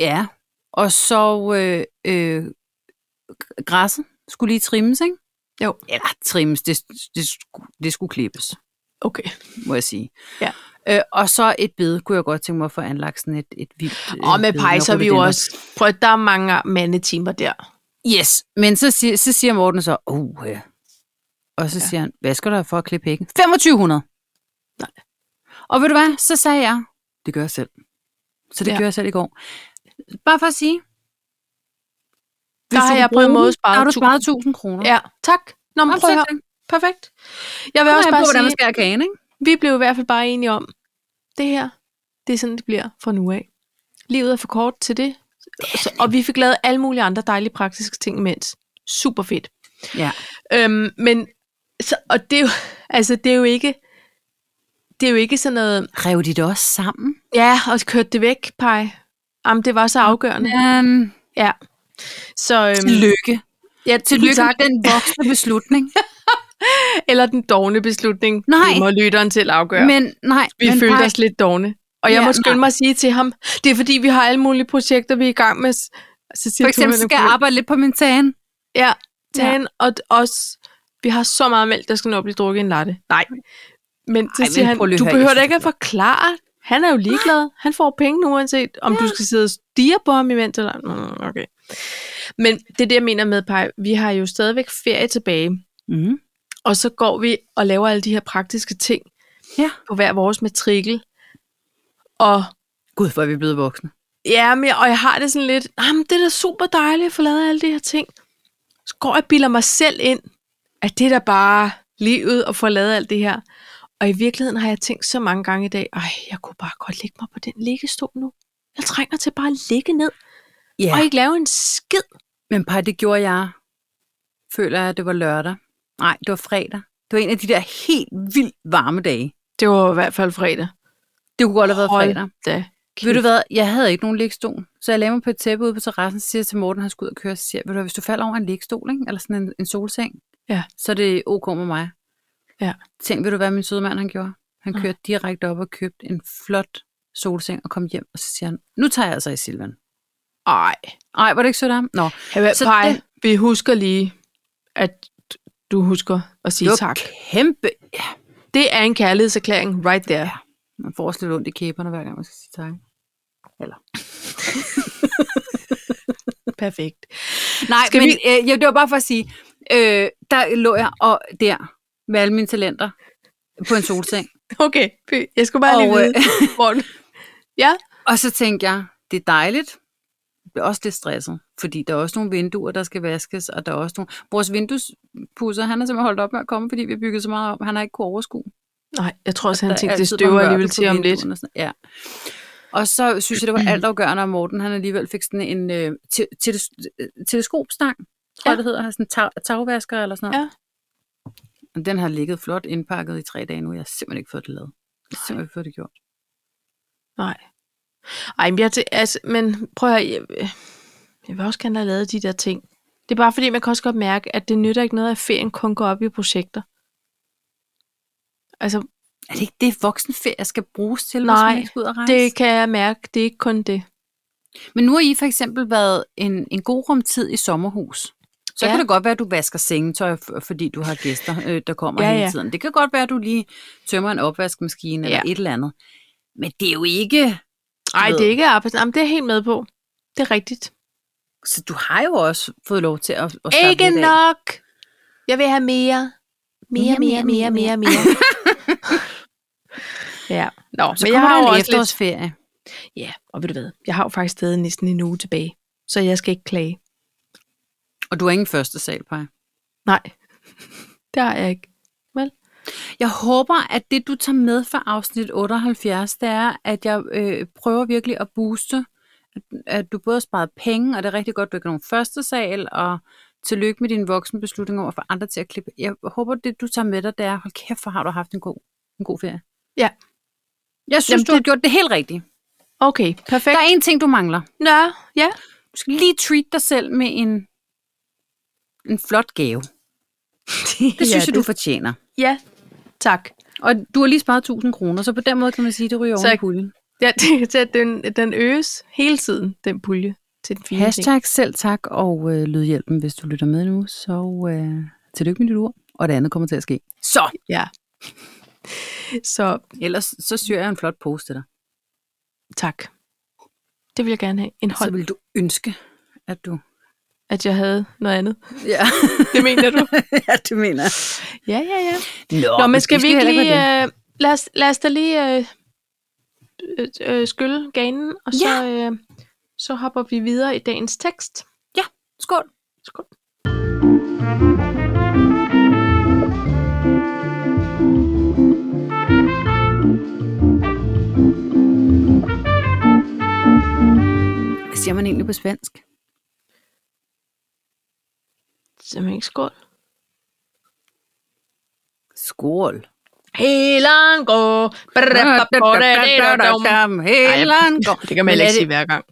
Speaker 2: Ja, og så øh, øh, græsset skulle lige trimmes, ikke?
Speaker 1: Jo.
Speaker 2: Eller trimmes, det, det, skulle, det skulle klippes,
Speaker 1: Okay.
Speaker 2: må jeg sige.
Speaker 1: Ja.
Speaker 2: Øh, og så et bed, kunne jeg godt tænke mig at få anlagt sådan et, et vildt... øh,
Speaker 1: Og med
Speaker 2: bed,
Speaker 1: Paj,
Speaker 2: når
Speaker 1: så er vi jo
Speaker 2: rhododendron-
Speaker 1: også... Prøv at der er mange mandetimer der.
Speaker 2: Yes, men så siger, så siger Morten så, oh, ja. og så ja.
Speaker 1: Ja.
Speaker 2: siger han, hvad skal der for at klippe hækken? 2500!
Speaker 1: Nej.
Speaker 2: Og ved du hvad, så sagde jeg, det gør jeg selv. Så det ja.
Speaker 1: Ja.
Speaker 2: gør jeg selv i går. Bare for at sige,
Speaker 1: Der har
Speaker 2: du
Speaker 1: jeg på en
Speaker 2: bruger
Speaker 1: måde
Speaker 2: den,
Speaker 1: sparet
Speaker 2: der har du
Speaker 1: 1000.
Speaker 2: sparet 1000 kroner.
Speaker 1: Ja, tak. Nå, men prøv at høre. Perfekt. Jeg vil også bare sige,
Speaker 2: skærer kagen, ikke?
Speaker 1: vi blev i hvert fald bare enige om, det her, det er sådan, det bliver fra nu af. Livet er for kort til det. Så, og vi fik lavet alle mulige andre dejlige praktiske ting imens. Super fedt.
Speaker 2: Ja.
Speaker 1: Øhm, men, så, og det er, jo, altså, det er jo ikke, det er jo ikke sådan noget,
Speaker 2: Rev de det også sammen?
Speaker 1: ja, og kørte det væk, pej. Jamen, det var så afgørende.
Speaker 2: Um,
Speaker 1: Så, øhm,
Speaker 2: tillykke.
Speaker 1: ja,
Speaker 2: Tillykke
Speaker 1: tak.
Speaker 2: med den voksne beslutning.
Speaker 1: Eller den dogne beslutning.
Speaker 2: Nej.
Speaker 1: Det må lytteren til afgøre.
Speaker 2: Men nej,
Speaker 1: Vi
Speaker 2: men
Speaker 1: men følte
Speaker 2: nej,
Speaker 1: os lidt dogne. Og jeg
Speaker 2: Ja,
Speaker 1: ja, må skynde
Speaker 2: nej.
Speaker 1: mig at sige til ham, det er fordi, vi har alle mulige projekter, vi er i gang med. Så siger
Speaker 2: for eksempel
Speaker 1: Tove,
Speaker 2: skal jeg arbejde lidt på min tagen.
Speaker 1: Ja, tagen, ja. og d- også, vi har så meget mælk, der skal nå at blive drukket i en latte. Nej. Men så
Speaker 2: Ej,
Speaker 1: Ej,
Speaker 2: men
Speaker 1: siger
Speaker 2: prøv lige at
Speaker 1: han, du
Speaker 2: høre,
Speaker 1: behøver
Speaker 2: jeg
Speaker 1: da
Speaker 2: synes,
Speaker 1: ikke at
Speaker 2: det
Speaker 1: forklare. Han er jo ligeglad. Han får penge nu, uanset om ja. du skal sidde og stige på ham imens. Eller... Mm, Okay. Men det er det, jeg mener med, Paj. Vi har jo stadigvæk ferie tilbage. Mhm.
Speaker 2: Mm.
Speaker 1: Og så går vi og laver alle de her praktiske ting
Speaker 2: Ja.
Speaker 1: på hver vores matrikel. Og
Speaker 2: Gud, hvor er vi blevet voksne.
Speaker 1: Ja, men jeg, og jeg har det sådan lidt, jamen det er da super dejligt at få lavet alle de her ting. Så går jeg og bilder mig selv ind, at det er da bare livet at få lavet alt det her. Og i virkeligheden har jeg tænkt så mange gange i dag, ej, jeg kunne bare godt lægge mig på den liggestol nu. Jeg trænger til bare at ligge ned
Speaker 2: Ja,
Speaker 1: ja. og ikke lave en skid.
Speaker 2: men par, det gjorde jeg. Føler jeg, at det var lørdag. Nej, det var fredag. Det var en af de der helt vildt varme dage.
Speaker 1: Det var i hvert fald fredag.
Speaker 2: Det kunne godt have været
Speaker 1: Hold
Speaker 2: fredag.
Speaker 1: Da.
Speaker 2: Ved du hvad, jeg havde ikke nogen lægstol, så jeg lagde mig på et tæppe ude på terrassen, siger til Morten, han skal ud og køre, så siger, jeg, ved du hvad, hvis du falder over en lægstol, ikke? eller sådan en, en solseng,
Speaker 1: Ja.
Speaker 2: så er det ok med mig.
Speaker 1: Ja. Ah.
Speaker 2: Tænk, ved du hvad min søde mand han gjorde? Han
Speaker 1: Nej.
Speaker 2: kørte direkte op og købte en flot solseng og kom hjem, og så siger han, nu tager jeg altså i Silvan.
Speaker 1: Ej.
Speaker 2: Ej, var det ikke sødt af ham? Nå, Så
Speaker 1: Så Paj,
Speaker 2: den-
Speaker 1: vi husker lige, at du husker at sige
Speaker 2: det var
Speaker 1: tak.
Speaker 2: kæmpe. Ja,
Speaker 1: Det er en kærlighedserklæring right there.
Speaker 2: Ja. man får også lidt ondt i kæberne, hver gang man skal sige tak.
Speaker 1: Perfekt.
Speaker 2: Nej,
Speaker 1: Skal
Speaker 2: men
Speaker 1: vi-
Speaker 2: øh, ja, det var bare for at sige, øh, der lå jeg og der med alle mine talenter på en solseng.
Speaker 1: Okay, fy. jeg skulle bare og, lige
Speaker 2: Og, øh,
Speaker 1: vide, hvor den- Ja,
Speaker 2: Og så tænkte jeg, det er dejligt. Jeg blev også lidt stresset, fordi der er også nogle vinduer, der skal vaskes, og der er også nogle... Vores vinduespusser, han har simpelthen holdt op med at komme, fordi vi har bygget så meget op, han har ikke kunne overskue.
Speaker 1: nej, jeg tror også,
Speaker 2: Der
Speaker 1: han
Speaker 2: er
Speaker 1: tænkte, det
Speaker 2: altid
Speaker 1: støver
Speaker 2: nogle
Speaker 1: alligevel
Speaker 2: mørtel på
Speaker 1: til om lidt.
Speaker 2: vinduerne og sådan- Ja. Og så synes jeg, det var altafgørende, at Morten han alligevel fik sådan en øh, te- teles- øh, teleskopstang, tror jeg,
Speaker 1: Ja.
Speaker 2: det hedder, sådan en tag- tagvasker eller sådan noget.
Speaker 1: Ja.
Speaker 2: Og den har ligget flot indpakket i tre dage nu. Jeg har simpelthen ikke fået det lavet. Jeg har simpelthen ikke fået det gjort.
Speaker 1: Nej. Ej, men, jeg, tæ- altså, men prøv at høre, jeg, jeg vil også gerne have lavet de der ting. Det er bare fordi, man kan også godt mærke, at det nytter ikke noget, at ferien kun går op i projekter. Altså,
Speaker 2: Er det ikke det, voksenferie skal bruges til, hvis
Speaker 1: Nej,
Speaker 2: man ikke skal ud og rejse?
Speaker 1: det kan jeg mærke, det er ikke kun det.
Speaker 2: Men nu har I for eksempel været en, en god rumtid i sommerhus. Så ja.
Speaker 1: Ja.
Speaker 2: kan det godt være, at du vasker sengetøj, f- fordi du har gæster, øh, der kommer ja,
Speaker 1: Ja,
Speaker 2: hele
Speaker 1: ja.
Speaker 2: tiden. Det kan godt være, at du lige tømmer en opvaskemaskine ja. eller
Speaker 1: Ja.
Speaker 2: et eller andet. Men det er jo ikke...
Speaker 1: Nej, det er ikke arbejdsdag. Jamen, det er jeg helt med på. Det er rigtigt.
Speaker 2: Så du har jo også fået lov til at, at slappe
Speaker 1: Ikke
Speaker 2: lidt af.
Speaker 1: nok! Jeg vil have mere. Mere, mere, mere, mere, mere. ja. Nå,
Speaker 2: Så men kommer der
Speaker 1: jo
Speaker 2: en
Speaker 1: også lidt-
Speaker 2: efterårsferie. Lidt...
Speaker 1: Ja, og ved du hvad? Jeg har jo faktisk stadig næsten en uge tilbage, så jeg skal ikke klage.
Speaker 2: Og du er ingen første sal, Paj.
Speaker 1: Nej, det har jeg ikke.
Speaker 2: Jeg håber, at det, du tager med fra afsnit 78, det er, at jeg øh, prøver virkelig at booste, at, at du både har sparet penge, og det er rigtig godt, du ikke har nogen første sal, og tillykke med din voksenbeslutning om at få andre til at klippe. Jeg håber, det, du tager med dig, det er, hold kæft, hvor har du haft en god, en god ferie.
Speaker 1: Ja.
Speaker 2: Jeg synes,
Speaker 1: Jamen,
Speaker 2: Jamen, du har gjort det helt rigtigt.
Speaker 1: Okay, perfekt.
Speaker 2: Der er en ting, du mangler.
Speaker 1: Nå, ja.
Speaker 2: Du skal lige treat dig selv med en, en flot gave. Det synes
Speaker 1: ja,
Speaker 2: jeg, du fortjener.
Speaker 1: Ja, tak.
Speaker 2: Og du har lige sparet 1000 kroner, så på den måde kan man sige, at det ryger
Speaker 1: Så
Speaker 2: oven i
Speaker 1: jeg-
Speaker 2: puljen.
Speaker 1: Ja, det, det, den, den øges hele tiden, den pulje til den fine ting.
Speaker 2: Hashtag selv tak og øh, lydhjælpen, hvis du lytter med nu. Så øh, tillykke med dit ord, og det andet kommer til at ske. Så!
Speaker 1: Ja. Så
Speaker 2: Ellers så syr jeg en flot pose til dig.
Speaker 1: tak. Det vil jeg gerne have. En
Speaker 2: Så
Speaker 1: hånd,
Speaker 2: vil du ønske, at du...
Speaker 1: at jeg havde noget andet.
Speaker 2: Ja,
Speaker 1: Det mener du?
Speaker 2: ja det mener jeg.
Speaker 1: ja, ja, ja.
Speaker 2: Nå,
Speaker 1: Nå, men skal vi ikke
Speaker 2: heller
Speaker 1: lige...
Speaker 2: være det.
Speaker 1: Øh, lad, os, lad os da lige øh, øh, øh, skylle ganen, og så, øh, så hopper vi videre i dagens tekst.
Speaker 2: Skål!
Speaker 1: Skål.
Speaker 2: Hvad siger man egentlig på spansk?
Speaker 1: Simpelthen ikke skål.
Speaker 2: Skål!
Speaker 1: Helango. Det kan man
Speaker 2: Men
Speaker 1: heller
Speaker 2: er
Speaker 1: ikke sige
Speaker 2: det-
Speaker 1: hver gang.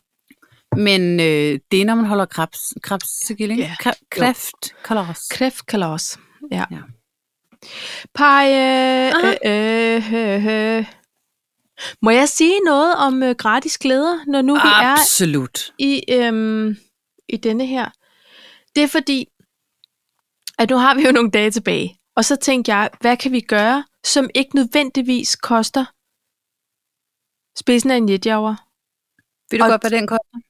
Speaker 2: Men øh, det er, når man holder krebs, krebsegilling.
Speaker 1: Ja.
Speaker 2: Yeah. Kræft, kalas.
Speaker 1: Kræftkalas. Ja.
Speaker 2: Ja.
Speaker 1: ja. Pej, øh,
Speaker 2: Aha.
Speaker 1: øh, øh, øh, øh. Må jeg sige noget om øh, gratis glæder, når nu vi er
Speaker 2: Absolut.
Speaker 1: i, øhm, i denne her. Det er fordi, at nu har vi jo nogle dage tilbage, og så tænkte jeg, hvad kan vi gøre, som ikke nødvendigvis koster spidsen af en jetjager?
Speaker 2: Vil du
Speaker 1: Og-
Speaker 2: godt, hvad den koster?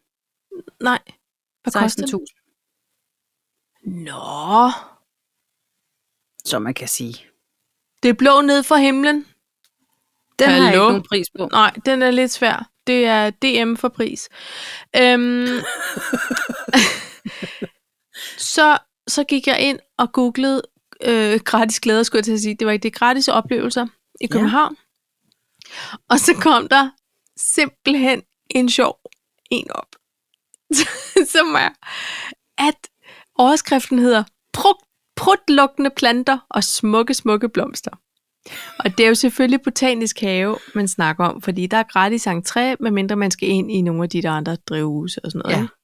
Speaker 1: Nej. Hvad koster den?
Speaker 2: 16.000.
Speaker 1: Nå,
Speaker 2: Som man kan sige.
Speaker 1: det blå ned fra himlen.
Speaker 2: Den Hallo? har jeg
Speaker 1: Hallo?
Speaker 2: ikke nogen pris på.
Speaker 1: Nej, den er lidt svær. Det er DM for pris. Øhm, så, så gik jeg ind og googlede øh, gratis glæder, skulle jeg til at sige. Det var ikke det gratis oplevelser i København. Ja. Og så kom der simpelthen en sjov en op, som er, at overskriften hedder "Prug- prutlukkende planter og smukke, smukke blomster. Og det er jo selvfølgelig botanisk have, man snakker om, fordi der er gratis entré, medmindre man skal ind i nogle af de der andre drivhuse og sådan noget.
Speaker 2: Ja.
Speaker 1: ikke?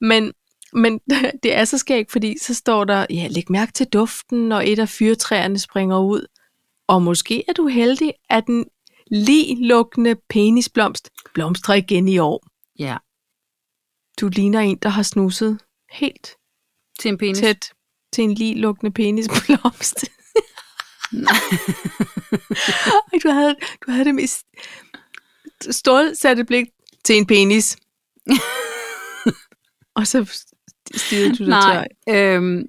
Speaker 1: Men, men det er så skægt, fordi så står der, ja, læg mærke til duften, når et af fyrtræerne springer ud. Og måske er du heldig, at den lige lukkende penisblomst blomstrer igen i år.
Speaker 2: Ja,
Speaker 1: Du ligner en, der har snuset helt
Speaker 2: til en penis.
Speaker 1: tæt til en lige lukkende penisblomst. Nej. du, havde, du havde det mest stålsatte blik til en penis. og så stirrede du dig
Speaker 2: Nej,
Speaker 1: til.
Speaker 2: øhm,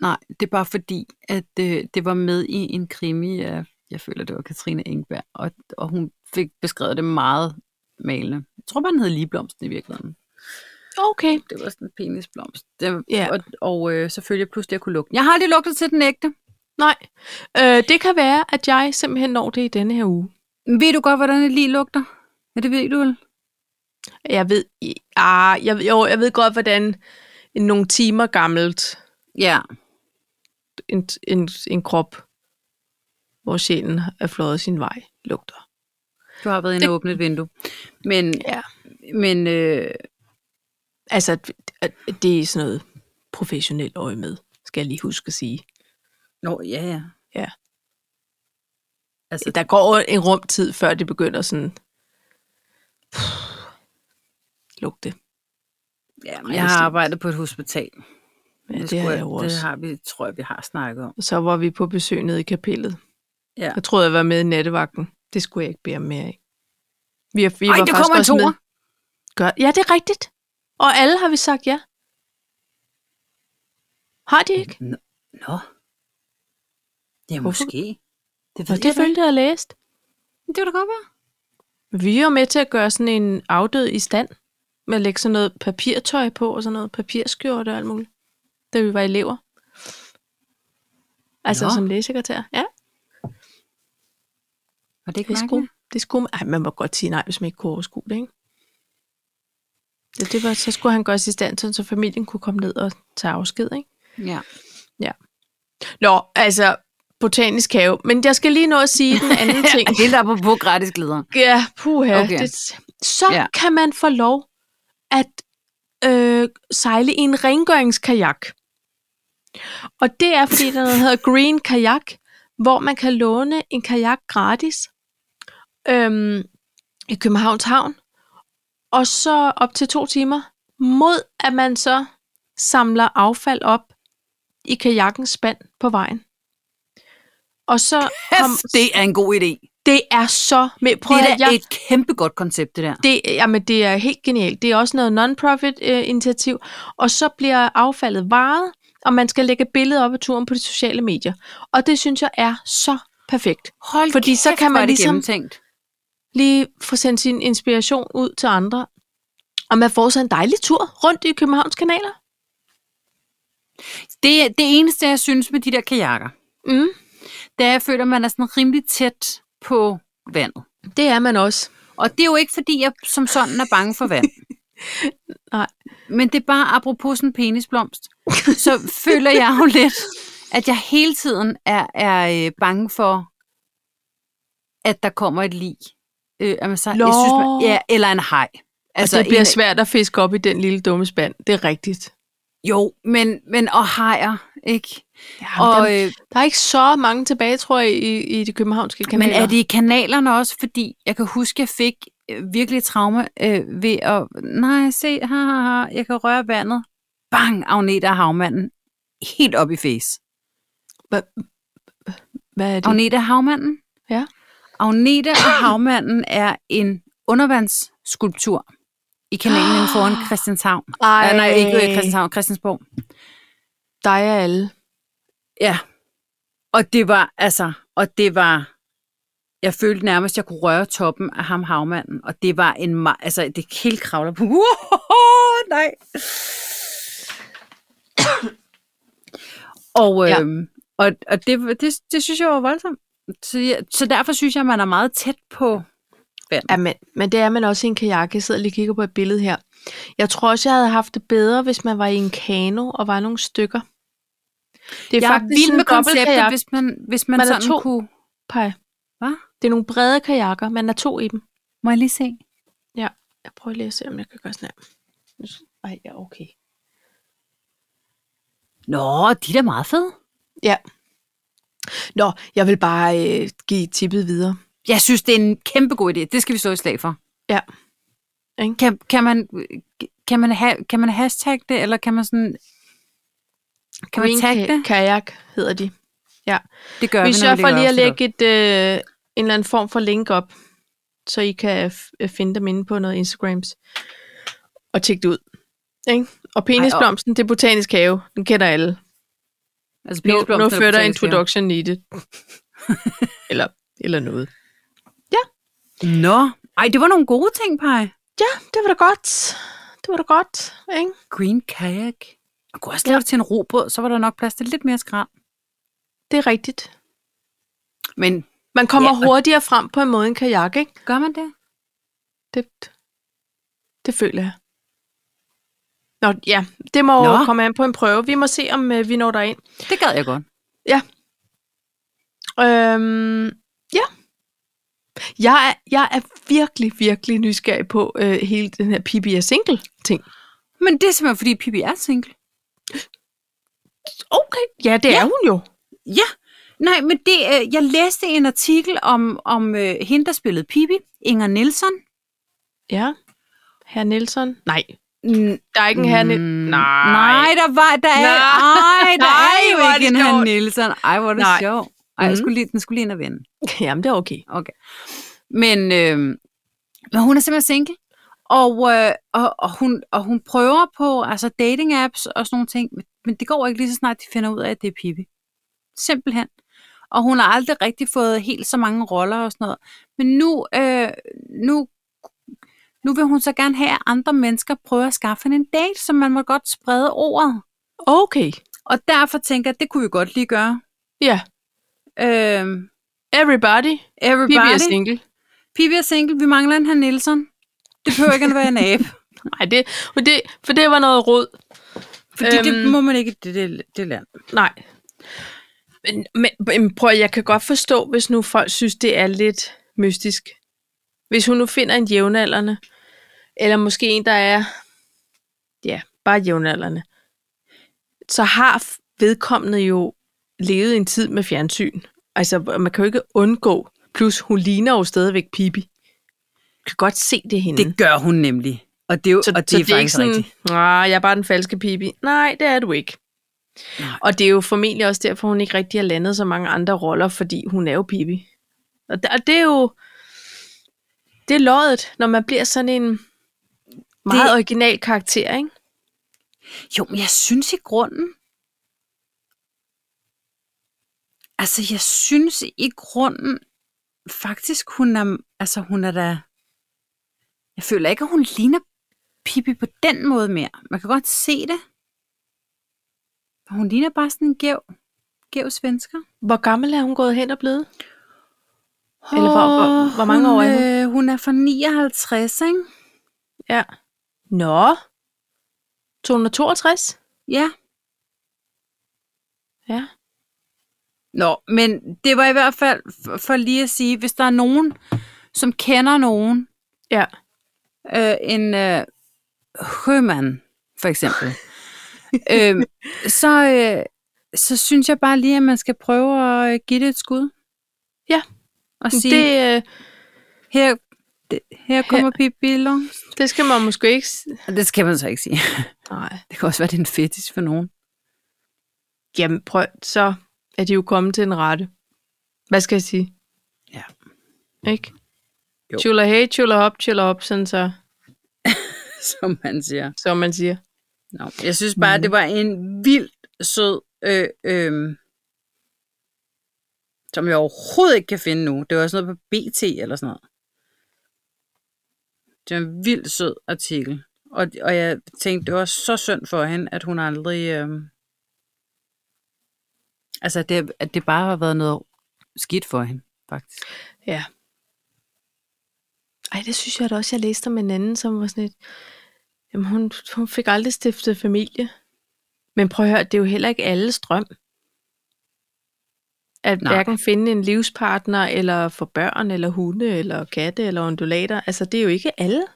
Speaker 2: nej, det er bare fordi, at øh, det var med i en krimi af, jeg føler det var Katrine Engberg, og, og hun fik beskrevet det meget malende. Jeg tror bare, den hed Ligeblomsten i virkeligheden.
Speaker 1: Okay.
Speaker 2: Det var sådan en penisblomst. Det,
Speaker 1: Ja.
Speaker 2: Og, og øh, så følte jeg pludselig, at jeg kunne lugte den. Jeg har aldrig lugtet til den ægte.
Speaker 1: Nej. Øh, det kan være, at jeg simpelthen når det i denne her uge.
Speaker 2: Ved du godt, hvordan det lige lugter? Ja, det ved du vel?
Speaker 1: Jeg ved, i- ah, jeg, jo, jeg ved godt, hvordan en nogle timer gammelt
Speaker 2: Ja.
Speaker 1: en, en, en krop, hvor sjælen er flået sin vej, lugter.
Speaker 2: Du har været inde og åbnet et vindue. Men,
Speaker 1: Ja.
Speaker 2: men øh,
Speaker 1: Altså, at- at det er sådan noget professionelt øje med, skal jeg lige huske at sige.
Speaker 2: Nå, ja, ja.
Speaker 1: Ja.
Speaker 2: Altså,
Speaker 1: Der går en rumtid, før det begynder sådan... Lugte.
Speaker 2: ja,
Speaker 1: Ej,
Speaker 2: jeg har
Speaker 1: det-
Speaker 2: arbejdet på et hospital.
Speaker 1: Ja,
Speaker 2: Nu
Speaker 1: det
Speaker 2: skulle
Speaker 1: har jeg jo også.
Speaker 2: Det har vi, tror jeg, vi har snakket om.
Speaker 1: Så var vi på besøg nede i kapellet.
Speaker 2: Ja.
Speaker 1: Jeg troede, jeg var med i nattevagten. Det skulle jeg ikke bede om mere af. Vi, er- vi
Speaker 2: Ej,
Speaker 1: var
Speaker 2: der
Speaker 1: faktisk
Speaker 2: kommer en
Speaker 1: også
Speaker 2: toer.
Speaker 1: med. Gør, ja, det er rigtigt. Og alle har vi sagt ja. Har de ikke?
Speaker 2: Nå. Nå. Ja,
Speaker 1: Hvorfor?
Speaker 2: måske. Det,
Speaker 1: Nå,
Speaker 2: ved
Speaker 1: det
Speaker 2: jeg da
Speaker 1: følte jeg læst.
Speaker 2: ikke. det var da godt være.
Speaker 1: Vi er jo med til at gøre sådan en afdød i stand. Med at lægge sådan noget papirtøj på og sådan noget papirskjorte og alt muligt. Da vi var elever. Altså
Speaker 2: Nå.
Speaker 1: Nå. som lægesekretær. Ja,
Speaker 2: Var det ikke
Speaker 1: det
Speaker 2: mærkeligt?
Speaker 1: skulle, det skulle man. Ej, man må godt sige nej, hvis man ikke kunne overskue det, ikke? Ja, det var, så skulle han gøres i stand, sådan så familien kunne komme ned og tage afsked, ikke?
Speaker 2: Ja.
Speaker 1: Nå, altså, botanisk have. Men jeg skal lige nå at sige den anden ting.
Speaker 2: Helt op på gratis glæder.
Speaker 1: Ja, puha.
Speaker 2: Okay.
Speaker 1: Okay. Det, så
Speaker 2: Ja.
Speaker 1: ja. kan man få lov at øh, sejle i en rengøringskajak. Og det er, fordi der er noget, der hedder Green Kajak, hvor man kan låne en kajak gratis øhm, i Københavns Havn, og så op til to timer, mod at man så samler affald op i kajakkens spand på vejen. Og så... Kom,
Speaker 2: Det er en god idé.
Speaker 1: Altså, det er så... Med, prøv
Speaker 2: Det
Speaker 1: at
Speaker 2: er
Speaker 1: høre,
Speaker 2: da
Speaker 1: jeg-
Speaker 2: et kæmpe godt koncept, det der.
Speaker 1: det, jamen, det er helt genialt. Det er også noget non-profit øh, initiativ. Og så bliver affaldet varet, og man skal lægge billeder op af turen på de sociale medier. Og det synes jeg er så perfekt.
Speaker 2: Hold
Speaker 1: Fordi så
Speaker 2: kæft,
Speaker 1: kan
Speaker 2: hvor
Speaker 1: man
Speaker 2: er det
Speaker 1: ligesom-
Speaker 2: gennemtænkt.
Speaker 1: Lige få sendt sin inspiration ud til andre. Og man får så en dejlig tur rundt i Københavns kanaler.
Speaker 2: Det, er- det eneste, jeg synes med de der kajakker,
Speaker 1: Mm,
Speaker 2: det er, at jeg føler, at man er sådan rimelig tæt på vandet.
Speaker 1: det er man også.
Speaker 2: Og det er jo ikke, fordi jeg som sådan er bange for vand.
Speaker 1: Nej.
Speaker 2: Men det er bare apropos sådan en penisblomst. Så føler jeg jo lidt, at jeg hele tiden er, er øh, bange for, at der kommer et lig. Øh, at man så, jeg synes, man,
Speaker 1: Nå.
Speaker 2: ja, eller en hej.
Speaker 1: Altså, og det bliver
Speaker 2: en-
Speaker 1: svært at fiske op i den lille dumme spand. Det er rigtigt.
Speaker 2: Jo, men, men og hajer, ikke?
Speaker 1: Og,
Speaker 2: og,
Speaker 1: dem,
Speaker 2: øh,
Speaker 1: der er ikke så mange tilbage, tror jeg, i, i de københavnske kanaler.
Speaker 2: men er det i kanalerne også? Fordi jeg kan huske, jeg fik øh, virkelig traume øh, ved at... Nej, se, ha, ha, ha, jeg kan røre vandet. Bang, Agneta og havmanden. Helt op i face.
Speaker 1: Hvad er det?
Speaker 2: Agneta og havmanden?
Speaker 1: Ja.
Speaker 2: Agneta og havmanden er en undervandsskulptur i kanalen inde foran Christianshavn.
Speaker 1: Ej,
Speaker 2: Ej. Nej, ikke øh, Christianshavn, Christiansborg.
Speaker 1: Dig og alle.
Speaker 2: Ja. Og det var, altså, og det var, jeg følte nærmest, at jeg kunne røre toppen af ham havmanden, og det var en, ma- altså, det helt kravler på. Wow, nej. Og,
Speaker 1: Ja.
Speaker 2: øhm, og, og det, det, det, synes jeg var voldsomt. Så, jeg, så derfor synes jeg, at man er meget tæt på vandet.
Speaker 1: Ja, men, men det er man også i en kajak. Jeg sidder lige og kigger på et billede her. Jeg tror også, jeg havde haft det bedre, hvis man var i en kano og var nogle stykker. Det er
Speaker 2: jeg er
Speaker 1: faktisk
Speaker 2: vild med
Speaker 1: sådan en
Speaker 2: konceptet,
Speaker 1: dobbeltkajak,
Speaker 2: hvis man, hvis man,
Speaker 1: Man er
Speaker 2: sådan
Speaker 1: to.
Speaker 2: kunne...
Speaker 1: Paj.
Speaker 2: Hva?
Speaker 1: Det er nogle brede kajakker. Man er to i dem.
Speaker 2: Må jeg lige se?
Speaker 1: Jeg prøver lige at se, om jeg kan gøre sådan her. Nu s- Ej, ja, okay.
Speaker 2: Nå, de er da meget fede.
Speaker 1: Nå, jeg vil bare øh, give tippet videre.
Speaker 2: Jeg synes, det er en kæmpe god idé. Det skal vi stå i slag for.
Speaker 1: Ja. Ikke?
Speaker 2: Kan, kan, man, kan, man ha, kan man hashtag det, eller kan man sådan... Kan man tagge det?
Speaker 1: Kajak hedder de.
Speaker 2: Det gør vi,
Speaker 1: vi
Speaker 2: når
Speaker 1: sørger for
Speaker 2: lægger
Speaker 1: lige at
Speaker 2: afsnit op.
Speaker 1: lægge et, øh, en eller anden form for link op, så I kan f- øh, finde dem inde på noget Instagrams og tjekke det ud. Ikke? Og penisblomsten, det er botanisk have. Den kender alle.
Speaker 2: Altså,
Speaker 1: No,
Speaker 2: penisblomster
Speaker 1: no
Speaker 2: eller
Speaker 1: further
Speaker 2: botanisk have.
Speaker 1: introduction needed. eller, eller noget.
Speaker 2: Nå, ej, det var nogle gode ting, Paj.
Speaker 1: Ja, det var da godt. Det var da godt, ikke?
Speaker 2: Green kajak. Jeg kunne også lave det til en robrød, så var der nok plads til lidt mere skrald.
Speaker 1: Det er rigtigt.
Speaker 2: Men
Speaker 1: Man kommer
Speaker 2: Ja, og-
Speaker 1: ja. hurtigere frem på en måde end kajak, ikke?
Speaker 2: gør man det?
Speaker 1: Det, det føler jeg. Nå, ja, det må
Speaker 2: Nå.
Speaker 1: Nå. komme an på en prøve. Vi må se, om øh, vi når derind.
Speaker 2: Det gad jeg godt.
Speaker 1: Øhm, ja. Jeg er, jeg er virkelig, virkelig nysgerrig på øh, hele den her Pippi er single-ting.
Speaker 2: Men det er simpelthen, fordi Pippi er single.
Speaker 1: Okay. Ja, det
Speaker 2: Ja.
Speaker 1: er hun jo.
Speaker 2: Ja, nej, men det, øh, jeg læste en artikel om, om øh, hende, der spillede Pippi, Inger Nielsen.
Speaker 1: Ja. Herr Nielsen. Nej. Der er ikke en Hanne.
Speaker 2: Mm. Nej, der var, der er,
Speaker 1: Nej.
Speaker 2: nej, der
Speaker 1: Nej,
Speaker 2: er jo
Speaker 1: hvor er
Speaker 2: ikke
Speaker 1: det
Speaker 2: en Han
Speaker 1: sjovt.
Speaker 2: Nielsen. Ej, hvor er det
Speaker 1: Nej.
Speaker 2: sjovt. Ej, jeg
Speaker 1: Mhm.
Speaker 2: skulle lige, den skulle lige ind og vende.
Speaker 1: Jamen, det er okay.
Speaker 2: Okay. Men, øh, men hun er simpelthen single. Og, øh, og, og, hun, og hun prøver på altså dating apps og sådan nogle ting, men, men det går ikke lige så snart, de finder ud af, at det er Pippi. Simpelthen. Og hun har aldrig rigtig fået helt så mange roller og sådan noget. Men nu, øh, nu, nu vil hun så gerne have, at andre mennesker prøver at skaffe hende en date, så man må godt sprede ordet.
Speaker 1: Okay.
Speaker 2: Og derfor tænker jeg, at det kunne vi godt lige gøre.
Speaker 1: Ja.
Speaker 2: Øh,
Speaker 1: Everybody.
Speaker 2: everybody.
Speaker 1: Bibi er single.
Speaker 2: Pippi er single, vi mangler en her Nielsen. Det behøver ikke at være en abe.
Speaker 1: Nej, det, men det, for det var noget råd.
Speaker 2: Fordi øhm, det
Speaker 1: Øhm.
Speaker 2: må man ikke i det, det, det land.
Speaker 1: Nej. Men, men, men prøv at- jeg kan godt forstå, hvis nu folk synes, det er lidt mystisk. Hvis hun nu finder en jævnaldrende, eller måske en, der er, ja, bare jævnaldrende, så har f- vedkommende jo levet en tid med fjernsyn. Altså, hvor- man kan jo ikke undgå. Plus, hun ligner jo stadigvæk Pippi. Jeg kan godt se det hende.
Speaker 2: Det gør hun nemlig. Og det er, jo, Mm. så, og det er faktisk
Speaker 1: ikke sådan,
Speaker 2: rigtigt.
Speaker 1: Nej, jeg er bare den falske pibi. Nej, det er du ikke.
Speaker 2: Nej.
Speaker 1: Og det er jo formentlig også derfor, hun ikke rigtig har landet så mange andre roller, fordi hun er jo pibi. Og det, og det er jo... Det er løjet, når man bliver sådan en meget det... original karakter, ikke?
Speaker 2: Jo, men jeg synes i grunden... Altså, jeg synes i grunden faktisk, hun er, altså, hun er da... Jeg føler ikke, at hun ligner Pippi på den måde mere. Man kan godt se det. Hun ligner bare sådan en gæv, gæv svensker.
Speaker 1: Hvor gammel er hun gået hen og blevet? Eller hvor- hvor- hvor mange
Speaker 2: hun,
Speaker 1: år er
Speaker 2: hun? Øh, hun er fra 59, ikke?
Speaker 1: Ja. Nå. 262?
Speaker 2: Ja.
Speaker 1: Ja.
Speaker 2: Nå, men det var i hvert fald for, for lige at sige, hvis der er nogen, som kender nogen,
Speaker 1: Ja.
Speaker 2: øh, en øh, hømand for eksempel, øh, så, øh, så synes jeg bare lige, at man skal prøve at øh, give det et skud.
Speaker 1: Ja.
Speaker 2: Og sige, det...
Speaker 1: Det, øh,
Speaker 2: her, det, her kommer Pippi Longs.
Speaker 1: det skal man måske ikke... s-
Speaker 2: Det skal man så ikke sige.
Speaker 1: Nej.
Speaker 2: Det kan også være, det er en fetish for nogen.
Speaker 1: Jamen prøv, så er de jo kommet til en rette. Hvad skal jeg sige?
Speaker 2: Ja.
Speaker 1: Ikke?
Speaker 2: Jo.
Speaker 1: Tjuller hey, tjuller op, tjuller op, sådan så,
Speaker 2: Som man siger.
Speaker 1: som man siger.
Speaker 2: No. Jeg synes bare,
Speaker 1: Mm.
Speaker 2: det var en vildt sød, øh, øh, som jeg overhovedet ikke kan finde nu. Det var sådan noget på BT eller sådan noget. Det var en vildt sød artikel. Og, og jeg tænkte, det var så synd for hende, at hun aldrig... Øh, altså, det, at det bare har været noget skidt for hende, faktisk.
Speaker 1: Ja. Ej, det synes jeg da også, jeg læste om en anden, som var sådan et, jamen hun, hun fik aldrig stiftet familie. Men prøv at høre, det er jo heller ikke alles drøm. At
Speaker 2: Nej.
Speaker 1: hverken finde en livspartner, eller få børn, eller hunde, eller katte, eller undulater. Altså, det er jo ikke alle,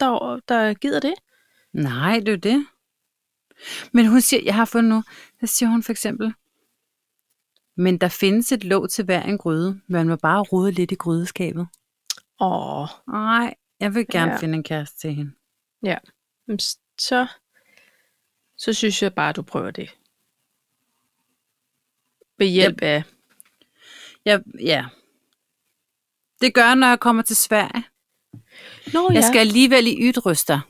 Speaker 1: der, der gider det.
Speaker 2: Nej, det er jo det. Men hun siger, jeg har fundet nu, der siger hun for eksempel, men der findes et låg til hver en gryde. Man må bare rode lidt i grydeskabet.
Speaker 1: Åh,
Speaker 2: Nej, jeg vil gerne ja.
Speaker 1: Ja.
Speaker 2: finde en kæreste til hende.
Speaker 1: jamen, s- så, så synes jeg bare, du prøver det. Ved hjælp af...
Speaker 2: Jeg, ja. Det gør jeg, når jeg kommer til Sverige.
Speaker 1: Nå
Speaker 2: Oh, Jeg skal alligevel i ytryster.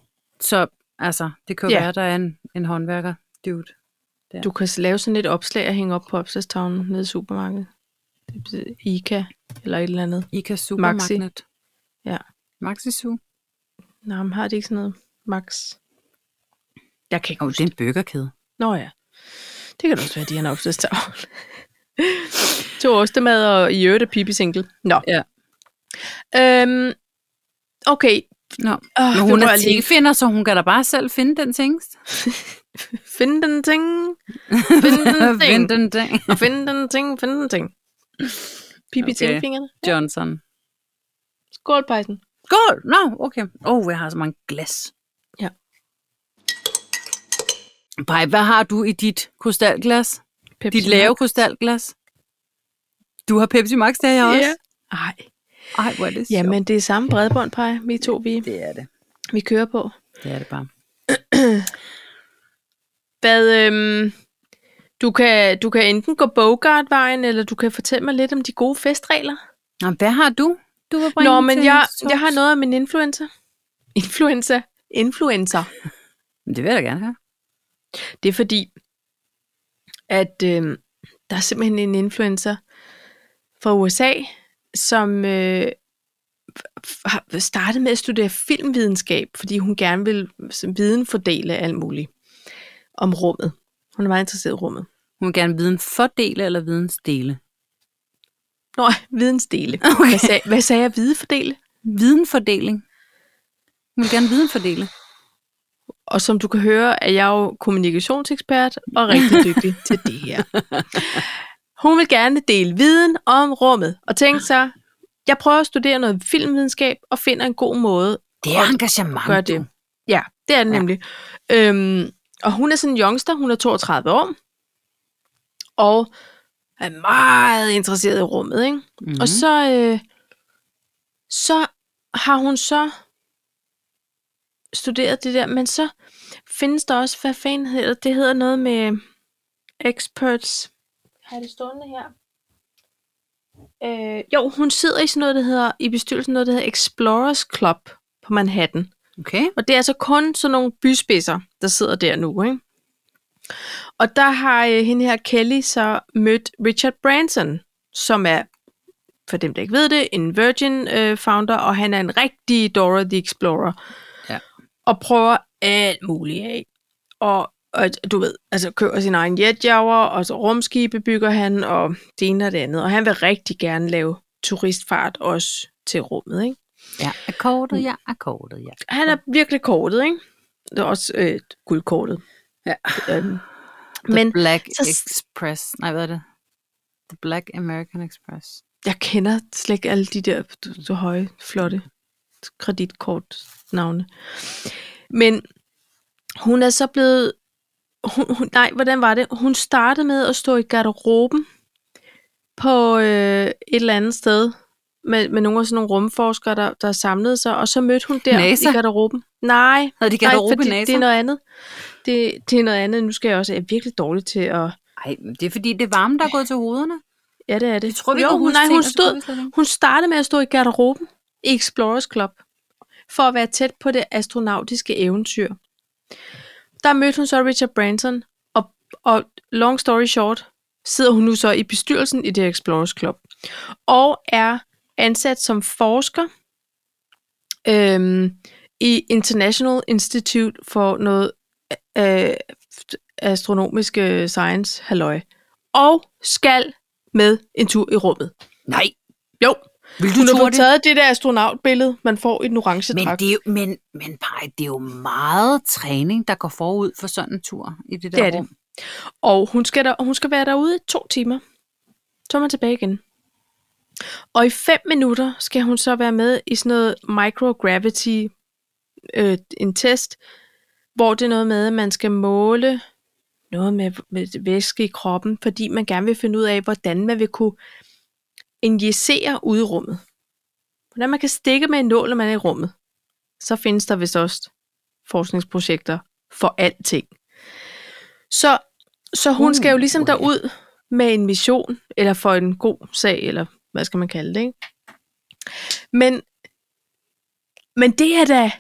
Speaker 2: Så altså, det kan jo ja.
Speaker 1: Ja.
Speaker 2: være, der er en, en håndværker. Dude.
Speaker 1: Du kan lave sådan et opslag og hænge op på opslagstavlen nede i supermarkedet. Det er Ica eller et eller andet.
Speaker 2: Ica Supermagnet.
Speaker 1: Ja.
Speaker 2: Maxi Su.
Speaker 1: Nå, men har det ikke sådan noget? Max? Jeg kan ikke
Speaker 2: Åh, oh,
Speaker 1: huske
Speaker 2: det er en burgerkæde.
Speaker 1: Nå ja. Det kan da også være, de har en opslagstavle. to ostemad og i øvrigt er Pippi single. Nå.
Speaker 2: Ja.
Speaker 1: Øhm, okay.
Speaker 2: Nå.
Speaker 1: Oh,
Speaker 2: Men hun er tingfinder, så hun kan da bare selv finde den tingst.
Speaker 1: Find den ting. Find den ting.
Speaker 2: den ting.
Speaker 1: Og find den ting. Find den ting. Pippi
Speaker 2: Okay.
Speaker 1: okay. tingfingrene.
Speaker 2: Johnson.
Speaker 1: Skål, pejsen.
Speaker 2: Skål! Nå, no, okay. Åh, oh, jeg har så mange glas.
Speaker 1: Ja.
Speaker 2: Pej, hvad har du i dit krystalglas?
Speaker 1: Pepsi
Speaker 2: Dit lave
Speaker 1: Max.
Speaker 2: krystalglas? Du har Pepsi Max, det har jeg også.
Speaker 1: Ja. Ej.
Speaker 2: Ej, hvor er det sjovt.
Speaker 1: Jamen, det er samme bredbånd, Paj. Vi to, vi,
Speaker 2: det er det.
Speaker 1: vi kører på.
Speaker 2: Det er det bare.
Speaker 1: Hvad, øhm, du, kan, du kan enten gå Bogart-vejen, eller du kan fortælle mig lidt om de gode festregler.
Speaker 2: Nå, hvad har du? Du var
Speaker 1: Nå, men jeg, jeg har noget om en influencer. Influenza. Influencer.
Speaker 2: Det vil jeg da gerne have.
Speaker 1: Det er fordi, at øh, der er simpelthen en influencer fra USA, som øh, f- har startet med at studere filmvidenskab, fordi hun gerne vil videnfordele alt muligt om rummet. Hun er meget interesseret i rummet.
Speaker 2: Hun vil gerne viden fordele eller vidensdele.
Speaker 1: Nå, vidensdele. Okay. Hvad, sag, hvad sagde jeg? Videfordele?
Speaker 2: Videnfordeling. Hun vil gerne videnfordele.
Speaker 1: Og som du kan høre, er jeg jo kommunikationsekspert og rigtig dygtig til det her. Hun vil gerne dele viden om rummet, og tænke sig, jeg prøver at studere noget filmvidenskab og finder en god måde
Speaker 2: Det er engagement.
Speaker 1: gør det. Ja, det er det
Speaker 2: Ja.
Speaker 1: nemlig. Øhm, og hun er sådan en youngster, hun er 32 år, og er meget interesseret i rummet. Ikke? Mm.
Speaker 2: Mm-hmm.
Speaker 1: Og så, øh, så har hun så studeret det der, men så findes der også, hvad fanden hedder det, det hedder noget med experts. Har jeg det stående her? Øh, jo, hun sidder i sådan noget, der hedder, i bestyrelsen noget, der hedder Explorers Club på Manhattan.
Speaker 2: Okay.
Speaker 1: Og det er altså kun sådan nogle byspidser, der sidder der nu, ikke? Og der har øh, hende her Kelly så mødt Richard Branson, som er, for dem der ikke ved det, en Virgin-founder, og han er en rigtig Dora the Explorer.
Speaker 2: Ja.
Speaker 1: Og prøver alt muligt af. Og, og du ved, altså køber sin egen jetjager, og så rumskibe bygger han, og det ene og det andet. Og han vil rigtig gerne lave turistfart også til rummet, ikke?
Speaker 2: Ja, akkordet, ja, akkordet, ja.
Speaker 1: han er virkelig kortet, ikke? Det er også øh, guldkortet.
Speaker 2: Ja.
Speaker 1: Øhm,
Speaker 2: The
Speaker 1: men
Speaker 2: Black
Speaker 1: så-
Speaker 2: Express. Nej, hvad er det? The Black American Express.
Speaker 1: jeg kender slet ikke alle de der du, du, høje, flotte kreditkortnavne. Men hun er så blevet... Hun, hun, nej, hvordan var det? Hun startede med at stå i garderoben på øh, et eller andet sted med, med nogle af sådan nogle rumforskere, der, der samlede sig, og så mødte hun der
Speaker 2: NASA?
Speaker 1: i garderoben. Nej,
Speaker 2: Havde de garderobe
Speaker 1: Nej, fordi det
Speaker 2: NASA?
Speaker 1: er noget andet. Det, det er noget andet. Nu skal jeg også... Jeg er virkelig dårlig til at...
Speaker 2: Nej, det er fordi, det er varme, der er gået til hovederne.
Speaker 1: Ja, det er det.
Speaker 2: Jeg tror, vi
Speaker 1: jo, hun,
Speaker 2: overhovedet
Speaker 1: nej, hun,
Speaker 2: tænker, så gør
Speaker 1: stod,
Speaker 2: vi slet ikke.
Speaker 1: hun startede med at stå i garderoben i Explorers Club for at være tæt på det astronautiske eventyr. Der mødte hun så Richard Branson, og, og long story short, sidder hun nu så i bestyrelsen i det her Explorers Club, og er ansat som forsker øhm, i International Institute for noget øh, astronomiske science, halløj, og skal med en tur i rummet.
Speaker 2: Nej,
Speaker 1: Jo,
Speaker 2: vil du
Speaker 1: hun har
Speaker 2: tro
Speaker 1: fået
Speaker 2: det?
Speaker 1: taget det der astronautbillede, man får i den orange
Speaker 2: Men,
Speaker 1: dragt.
Speaker 2: det er jo, men, men Paj, det er jo meget træning, der går forud for sådan en tur i det der
Speaker 1: Det er det.
Speaker 2: rum.
Speaker 1: Og hun skal, der, hun skal være derude i to timer. Så er man tilbage igen. Og i fem minutter skal hun så være med i sådan noget microgravity, øh, en test, hvor det er noget med, at man skal måle noget med, med væske i kroppen, fordi man gerne vil finde ud af, hvordan man vil kunne injicere ude i rummet. Hvordan man kan stikke med en nål, når man er i rummet. Så findes der vist også forskningsprojekter for alting. Så, så hun
Speaker 2: Uh,
Speaker 1: uh, skal jo ligesom
Speaker 2: uh,
Speaker 1: okay.
Speaker 2: ja.
Speaker 1: derud med en mission, eller for en god sag, eller hvad skal man kalde det, ikke? Men, men det er da...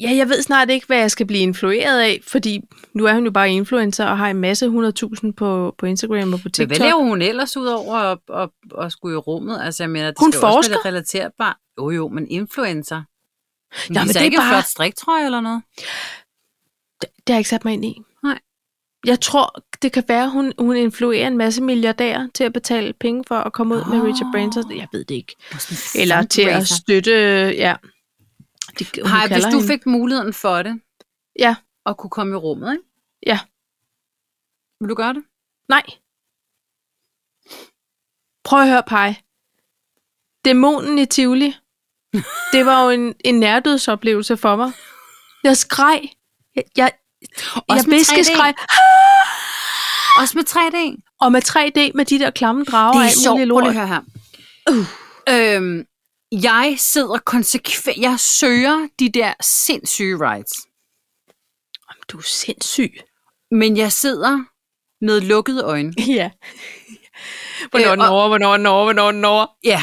Speaker 1: Ja, jeg ved snart ikke, hvad jeg skal blive influeret af, fordi nu er hun jo bare influencer og har en masse 100.000 på, på Instagram og på
Speaker 2: Men
Speaker 1: TikTok.
Speaker 2: hvad laver hun ellers ud over at, at, at, at skulle i rummet? Altså, jeg mener, det
Speaker 1: Hun
Speaker 2: skal jo også
Speaker 1: forsker.
Speaker 2: være lidt relaterbart. Jo, jo, men influencer. Hun
Speaker 1: Nå, men
Speaker 2: viser
Speaker 1: det er
Speaker 2: ikke en
Speaker 1: bare-
Speaker 2: flot striktrøje eller noget.
Speaker 1: Det har jeg ikke sat mig ind i.
Speaker 2: Nej.
Speaker 1: Jeg tror, det kan være, hun, hun influerer en masse milliardærer til at betale penge for at komme ud oh. med
Speaker 2: Åh.
Speaker 1: Richard Branson. Jeg ved det ikke.
Speaker 2: Hun er sådan en
Speaker 1: Eller til at
Speaker 2: fundraiser.
Speaker 1: støtte... Ja. Det, hun
Speaker 2: Paj, hvis
Speaker 1: kalder
Speaker 2: du
Speaker 1: hende-
Speaker 2: fik muligheden for det,
Speaker 1: Ja.
Speaker 2: og kunne komme i rummet, ikke?
Speaker 1: Ja.
Speaker 2: Vil du gøre det?
Speaker 1: Nej. Prøv at høre, Paj. Dæmonen i Tivoli, det var jo en, en nærdødsoplevelse for mig. Jeg skreg. Jeg, jeg, jeg
Speaker 2: Også med 3D.
Speaker 1: viskeskreg.
Speaker 2: Også med 3D?
Speaker 1: Og med 3D med de der klamme drager
Speaker 2: Det
Speaker 1: og
Speaker 2: er
Speaker 1: alt
Speaker 2: sjovt,
Speaker 1: muligt
Speaker 2: prøv lige
Speaker 1: lort.
Speaker 2: at høre her. Uh. Øhm, Jeg sidder konsekvent... Jeg søger de der sindssyge rides.
Speaker 1: Jamen, du er sindssyg.
Speaker 2: Men jeg sidder med lukkede øjne.
Speaker 1: Ja. hvornår
Speaker 2: Øh,
Speaker 1: er den
Speaker 2: og-
Speaker 1: over, hvornår er den over, hvornår er den over.
Speaker 2: Ja.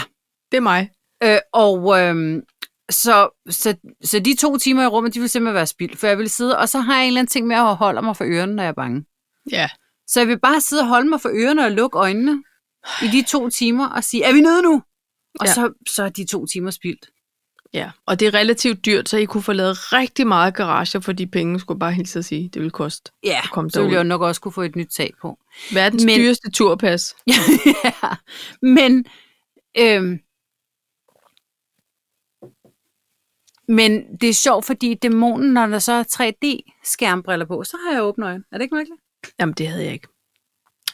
Speaker 1: Det er mig.
Speaker 2: Øh, og øhm, så, så, så de to timer i rummet, de vil simpelthen være spildt, for jeg vil sidde, og så har jeg en eller anden ting med at holde mig for ørerne, når jeg er bange.
Speaker 1: Ja.
Speaker 2: Så jeg vil bare sidde og holde mig for ørerne og lukke øjnene i de to timer og sige, er vi nede nu? Og
Speaker 1: Ja.
Speaker 2: ja. så, så er de to timer spildt.
Speaker 1: Ja, og det er relativt dyrt, så I kunne få lavet rigtig meget garager for de penge, skulle jeg bare hilse at sige. Det vil koste.
Speaker 2: Ja,
Speaker 1: kom
Speaker 2: så ville
Speaker 1: derud.
Speaker 2: jeg nok også kunne få et nyt tag på.
Speaker 1: Verdens
Speaker 2: Men-
Speaker 1: Men... dyreste turpas.
Speaker 2: ja. Men, øhm, men det er sjovt, fordi dæmonen, når der så er 3D-skærmbriller på, så har jeg åbne øjne. Er det ikke mærkeligt?
Speaker 1: Jamen, det havde jeg ikke.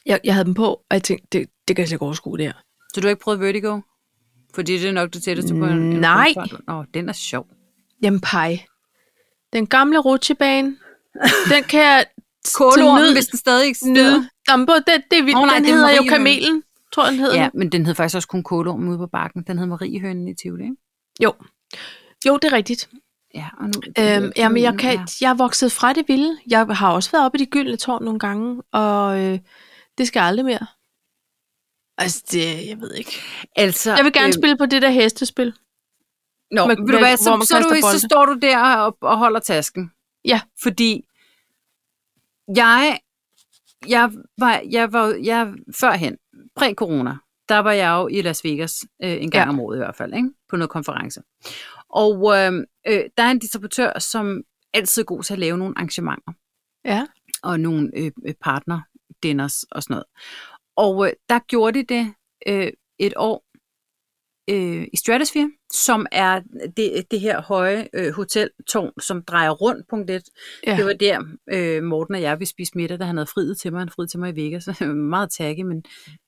Speaker 1: Jeg, jeg havde dem på, og jeg tænkte, det, det kan jeg slet ikke overskue, det her.
Speaker 2: Så du har ikke prøvet Vertigo? Fordi det er nok det tætteste på en... en
Speaker 1: Nej.
Speaker 2: kontrol. Nå, den er sjov.
Speaker 1: Jamen, pej. Den gamle rutsjebane, den kan jeg til
Speaker 2: Kålormen,
Speaker 1: nød-
Speaker 2: hvis den stadig eksisterer.
Speaker 1: nyde. Jamen, både den, det er vildt.
Speaker 2: Nå,
Speaker 1: Oh,
Speaker 2: nej,
Speaker 1: nej, den,
Speaker 2: det er
Speaker 1: hedder jo
Speaker 2: Mariehønen.
Speaker 1: Kamelen, tror jeg, den hedder.
Speaker 2: Ja,
Speaker 1: Ja.
Speaker 2: men den hed faktisk også kun Kålormen ude på bakken. Den hed Mariehønen i Tivoli, ikke?
Speaker 1: Jo. Jo, det er rigtigt.
Speaker 2: Ja, og nu...
Speaker 1: Øhm, jamen, jeg, kan,
Speaker 2: Ja.
Speaker 1: jeg er vokset fra det vilde. Jeg har også været oppe i det gyldne tårn nogle gange, og øh, det skal jeg aldrig mere. Altså, det, jeg ved ikke.
Speaker 2: Altså,
Speaker 1: Jeg vil gerne spille på det der hestespil.
Speaker 2: Nå,
Speaker 1: med-
Speaker 2: med, ved du
Speaker 1: med-
Speaker 2: hvad, så,
Speaker 1: hvor man
Speaker 2: så, er du,
Speaker 1: kaster
Speaker 2: så
Speaker 1: bolde.
Speaker 2: står du der og, og holder tasken.
Speaker 1: Ja.
Speaker 2: Fordi jeg, jeg, var, jeg var jeg, førhen, præ-corona, der var jeg jo i Las Vegas øh, en gang
Speaker 1: Ja.
Speaker 2: ja. om året i hvert fald, ikke? på noget konference. Og øh, øh, der er en distributør, som altid er god til at lave nogle arrangementer
Speaker 1: Ja.
Speaker 2: og nogle øh, øh, partner dinners og sådan noget. Og øh, der gjorde de det øh, et år øh, i Stratosphere, som er det, det her høje øh, hoteltårn, som drejer rundt, punkt et.
Speaker 1: Ja.
Speaker 2: Ja. Det var der, øh, Morten og jeg, vi spiste middag, da han havde friet til mig. Han friede til mig i Vegas. Så jeg var meget takke, men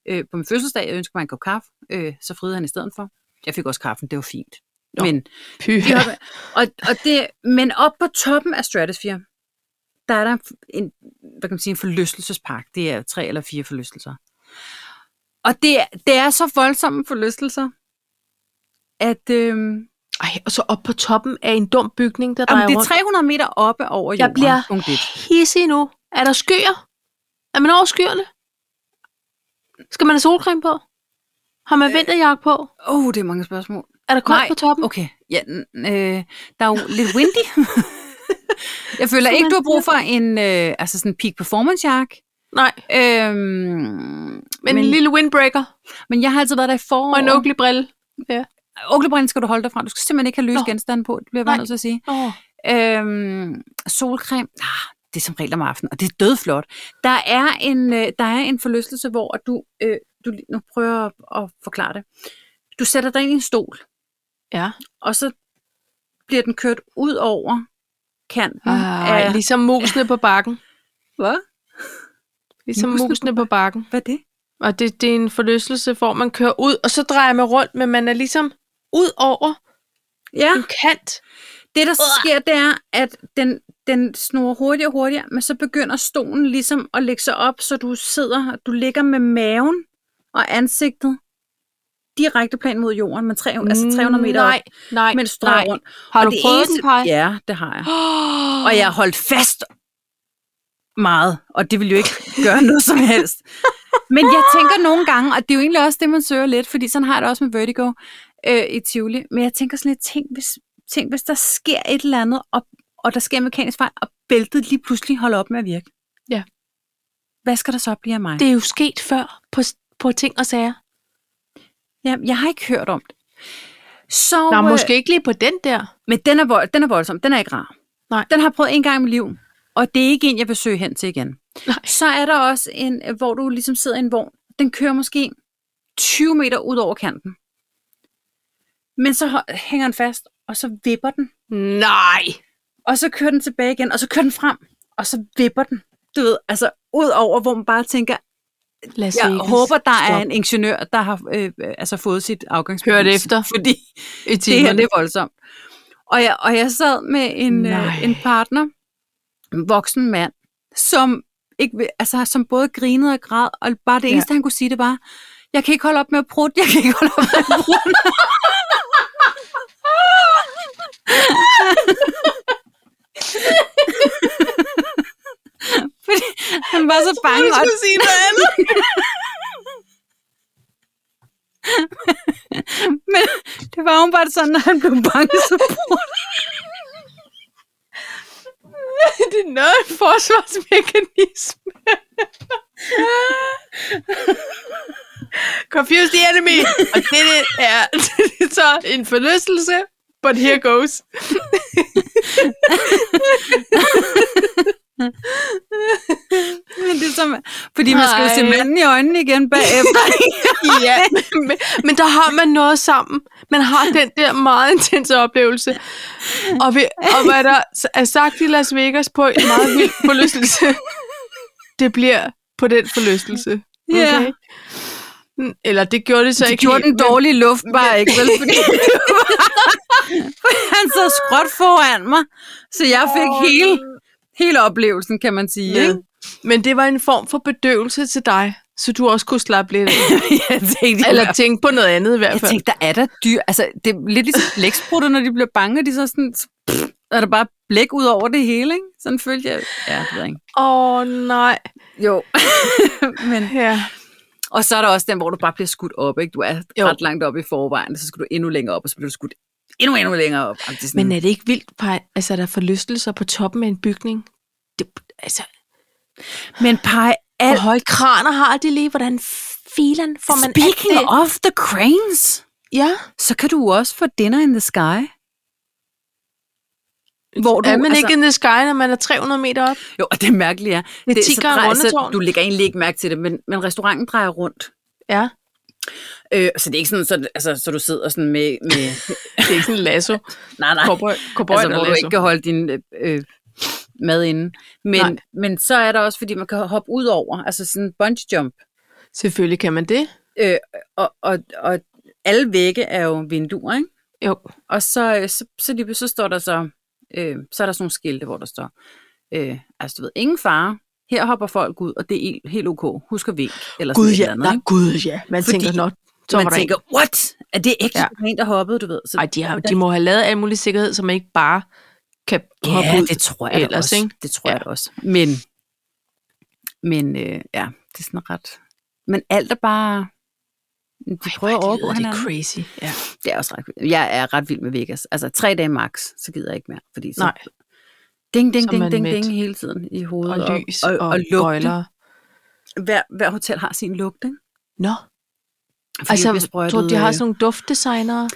Speaker 2: øh, på min fødselsdag, jeg ønskede mig en kop kaffe, øh, så friede han i stedet for. Jeg fik også kaffen, det var fint.
Speaker 1: Nå.
Speaker 2: Men
Speaker 1: Pyha.
Speaker 2: Ja. Og, og det, men op på toppen af Stratosphere, der er der en, hvad kan man sige, en forlystelsespark. Det er tre eller fire forlystelser. Og det, er- det er så voldsomme forlystelser, at øhm,
Speaker 1: Ej, og så op på toppen af en dum bygning, der drejer
Speaker 2: jamen, det er
Speaker 1: rundt.
Speaker 2: 300 meter oppe over jorden.
Speaker 1: Jeg bliver
Speaker 2: punkt et.
Speaker 1: hissig nu. Er der skyer? Er man over skyerne? Skal man have solcreme på? Har man vinterjakke på?
Speaker 2: Åh, oh, det er mange spørgsmål.
Speaker 1: Er der koldt
Speaker 2: nej,
Speaker 1: på toppen?
Speaker 2: Okay, ja, n- øh, der er jo lidt windy. Jeg føler
Speaker 1: Som
Speaker 2: ikke,
Speaker 1: man
Speaker 2: du har brug for en, øh, altså sådan en peak performance jakke.
Speaker 1: Nej,
Speaker 2: Øhm,
Speaker 1: men, men en lille windbreaker
Speaker 2: Men jeg har altid været der i forår.
Speaker 1: og en ugly brille.
Speaker 2: Oglebrænden skal du holde dig fra. Du skal simpelthen ikke have løs
Speaker 1: Nå.
Speaker 2: genstande på. Det bliver jeg bare
Speaker 1: Nej.
Speaker 2: nødt til at sige.
Speaker 1: Oh.
Speaker 2: Øhm, solcreme. Ah, det er som regel om aftenen, og det er dødflot. Der er en, øh, der er en forlystelse, hvor du, øh, du lige- nu prøver jeg at, at forklare det. Du sætter dig ind i en stol,
Speaker 1: Ja.
Speaker 2: og så bliver den kørt ud over kanten.
Speaker 1: Ej,
Speaker 2: af,
Speaker 1: ligesom musene på bakken.
Speaker 2: hvad?
Speaker 1: Ligesom
Speaker 2: Musene på
Speaker 1: musene på bakken.
Speaker 2: Hvad er det?
Speaker 1: Og det, det er en forlystelse, hvor man kører ud, og så drejer man rundt, men man er ligesom ud over
Speaker 2: Ja,
Speaker 1: en kant.
Speaker 2: det der sker, det er, at den, den snor hurtigere og hurtigere, men så begynder stolen ligesom at lægge sig op, så du sidder, du ligger med maven og ansigtet direkte plan mod jorden, men 300, altså 300 meter
Speaker 1: Nej,
Speaker 2: op,
Speaker 1: nej,
Speaker 2: mens du
Speaker 1: nej.
Speaker 2: drejer rundt.
Speaker 1: Har
Speaker 2: Og
Speaker 1: du
Speaker 2: det
Speaker 1: prøvet
Speaker 2: eneste-
Speaker 1: den, Paj?
Speaker 2: Ja, det har jeg.
Speaker 1: Oh,
Speaker 2: Og jeg holdt fast meget, og det ville jo ikke gøre noget som helst. Men jeg tænker nogle gange, og det er jo egentlig også det, man søger lidt, fordi sådan har jeg det også med Vertigo øh, i Tivoli, men jeg tænker sådan lidt, tænk hvis, tænk, hvis der sker et eller andet, og, og der sker en mekanisk fejl, og bæltet lige pludselig holder op med at virke.
Speaker 1: Ja.
Speaker 2: Hvad skal der så blive af mig?
Speaker 1: Det er jo sket før på, på ting og sager.
Speaker 2: Jamen, jeg har ikke hørt om det. Så,
Speaker 1: Nå,
Speaker 2: øh,
Speaker 1: måske ikke lige på den der.
Speaker 2: Men den er, vold, den er voldsom. Den er ikke rar.
Speaker 1: Nej.
Speaker 2: Den har jeg prøvet en gang i mit liv, og det er ikke en, jeg vil søge hen til igen.
Speaker 1: Nej.
Speaker 2: Så er der også en, øh, hvor du ligesom sidder i en vogn. Den kører måske 20 meter ud over kanten. Men så hå- hænger den fast, og så vipper den.
Speaker 1: Nej.
Speaker 2: Og så kører den tilbage igen, og så kører den frem, og så vipper den. Du ved, altså ud over, hvor man bare tænker,
Speaker 1: Las
Speaker 2: jeg
Speaker 1: Vegas.
Speaker 2: håber, der er
Speaker 1: Stop.
Speaker 2: en ingeniør, der har øh, øh, altså fået sit afgangsbevis.
Speaker 1: Hørt efter.
Speaker 2: Fordi
Speaker 1: i
Speaker 2: det her,
Speaker 1: timerne.
Speaker 2: det er voldsomt. Og jeg, og jeg sad med en,
Speaker 1: Nej.
Speaker 2: øh, en partner, en voksen mand, som, ikke, vil- altså, som både grinede og græd, og bare det
Speaker 1: Ja.
Speaker 2: eneste, han kunne sige, det var, jeg kan ikke holde op med at prutte, jeg kan ikke holde op med at prutte. Fordi han var så bange, og
Speaker 1: skulle sige noget andet.
Speaker 2: Men det var åbenbart sådan, når han blev bange, så brugte
Speaker 1: det er noget af en forsvarsmekanisme. Confuse the enemy. Og det er så en forlystelse. But here goes.
Speaker 2: han det som... Fordi man skal jo se
Speaker 1: Ej.
Speaker 2: manden i øjnene igen bagefter.
Speaker 1: ja, men, men der har man noget sammen. Man har den der meget intense oplevelse. Og, vi, og hvad der s- er sagt i Las Vegas på en meget vild forlystelse, det bliver på den forlystelse.
Speaker 2: Ja.
Speaker 1: Mm, Eller det gjorde det så
Speaker 2: Det
Speaker 1: ikke
Speaker 2: gjorde den
Speaker 1: helt,
Speaker 2: dårlige luft bare ikke, vel? Fordi han sad skråt foran mig, så jeg fik hele, hele oplevelsen, kan man sige.
Speaker 1: men,
Speaker 2: Ikke?
Speaker 1: ja. men det var en form for bedøvelse til dig, så du også kunne slappe lidt af.
Speaker 2: jeg tænkte,
Speaker 1: Eller tænke på noget andet i hvert
Speaker 2: jeg
Speaker 1: fald.
Speaker 2: tænkte, der er der dyr. Altså, det er lidt ligesom blæksprutter, når de bliver bange, de så sådan, så pff, er der bare blæk ud over det hele, ikke? Sådan følte jeg. Ja, det ved jeg ikke.
Speaker 1: Åh oh, nej.
Speaker 2: Jo. Men,
Speaker 1: Ja.
Speaker 2: og så er der også den, hvor du bare bliver skudt op, ikke? Du er jo.
Speaker 1: Jo.
Speaker 2: ret langt op i forvejen, så skal du endnu længere op, og så bliver du skudt endnu, endnu længere op. Og det er sådan,
Speaker 1: Men er det ikke vildt, Paj? Altså, er der forlystelser på toppen af en bygning? Det, altså,
Speaker 2: øh, men pej,
Speaker 1: Hvor høje kraner har de lige? Hvordan filen får man
Speaker 2: Speaking
Speaker 1: alt det?
Speaker 2: of the cranes,
Speaker 1: Ja.
Speaker 2: så kan du også få Dinner in the Sky. Hvor du,
Speaker 1: er man altså, ikke in the sky, når man er 300 meter op?
Speaker 2: Jo, og det mærkelige er,
Speaker 1: Det er 10
Speaker 2: så
Speaker 1: gange
Speaker 2: drejer- så
Speaker 1: rundetårn.
Speaker 2: du lægger egentlig ikke mærke til det, men, men restauranten drejer rundt.
Speaker 1: Ja.
Speaker 2: Øh, så det er ikke sådan, så, altså, så du sidder sådan med... med
Speaker 1: Det er ikke sådan en lasso.
Speaker 2: nej, nej.
Speaker 1: Cowboy, cowboy
Speaker 2: altså, hvor du ikke kan holde din øh, øh, mad inde. Men,
Speaker 1: Nej.
Speaker 2: men så er der også, fordi man kan hoppe ud over, altså sådan en bungee jump.
Speaker 1: Selvfølgelig kan man det.
Speaker 2: Øh, og, og, og alle vægge er jo vinduer, ikke?
Speaker 1: Jo.
Speaker 2: Og så, øh, så, så, lige, så står der så, øh, så er der sådan nogle skilte, hvor der står, øh, altså du ved, ingen fare, her hopper folk ud, og det er helt ok, husk at vink, eller
Speaker 1: Gud
Speaker 2: sådan et
Speaker 1: ja,
Speaker 2: eller andet,
Speaker 1: nej,
Speaker 2: ikke?
Speaker 1: gud ja. Man
Speaker 2: Fordi
Speaker 1: Fordi tænker nok. Så
Speaker 2: man tænker, what? Er det ikke
Speaker 1: Ja.
Speaker 2: ja. en, der hoppede, du ved? Så,
Speaker 1: Ej, de, har, de må have lavet al mulig sikkerhed, så man ikke bare kan hoppe
Speaker 2: ja,
Speaker 1: ud.
Speaker 2: det tror jeg da
Speaker 1: ellers,
Speaker 2: også.
Speaker 1: ikke?
Speaker 2: Det tror
Speaker 1: Ja.
Speaker 2: ja. jeg da også. Men, men øh, ja, det er sådan ret... Men alt er bare... De
Speaker 1: Ej, hvor
Speaker 2: prøver
Speaker 1: er
Speaker 2: at
Speaker 1: det
Speaker 2: overgå
Speaker 1: lyder det
Speaker 2: hinanden.
Speaker 1: crazy. Ja.
Speaker 2: Det er også ret vildt. Jeg er ret vild med Vegas. Altså tre dage max, så gider jeg ikke mere. Fordi så
Speaker 1: Nej.
Speaker 2: Ding, ding,
Speaker 1: Så er
Speaker 2: ding,
Speaker 1: man
Speaker 2: ding,
Speaker 1: mæt.
Speaker 2: ding hele tiden i hovedet.
Speaker 1: Og lys
Speaker 2: og, og, og lugte.
Speaker 1: bøjler.
Speaker 2: Hver, hver hotel har sin lugt, ikke?
Speaker 1: Nå,
Speaker 2: Fordi
Speaker 1: altså,
Speaker 2: det bliver sprøjtet,
Speaker 1: tror du, de har
Speaker 2: øh,
Speaker 1: sådan nogle duftdesignere?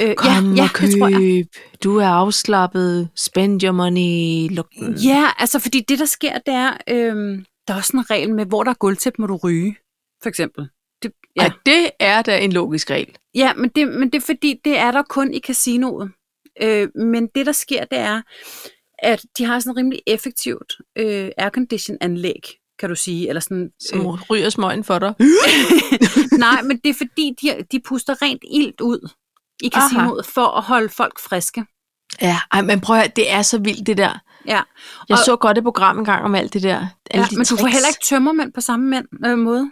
Speaker 2: øh,
Speaker 1: Kom
Speaker 2: ja, ja,
Speaker 1: og køb.
Speaker 2: det tror jeg.
Speaker 1: Du er afslappet. Spend your money. Lugten.
Speaker 2: Ja, altså fordi det, der sker, det er, øhm, der er også en regel med, hvor der er gulvtæp, må du ryge, for eksempel. Det, ja.
Speaker 1: Ja. Og det er da en logisk regel.
Speaker 2: ja, men det, men det er fordi, det er der kun i casinoet. Øh, men det, der sker, det er, at de har sådan et rimelig effektivt øh, aircondition-anlæg, kan du sige, eller sådan...
Speaker 1: Som øh. ryger smøgen for dig.
Speaker 2: nej, men det er fordi, de, de puster rent ilt ud i
Speaker 1: Aha.
Speaker 2: casinoet Aha. for at holde folk friske.
Speaker 1: Ja, ej, men prøv at høre, det er så vildt det der.
Speaker 2: Ja.
Speaker 1: Jeg
Speaker 2: Og-
Speaker 1: så godt et program engang om alt det der. Alle
Speaker 2: Ja,
Speaker 1: de
Speaker 2: men du får
Speaker 1: tricks.
Speaker 2: heller ikke tømmermænd på samme mænd, øh, måde.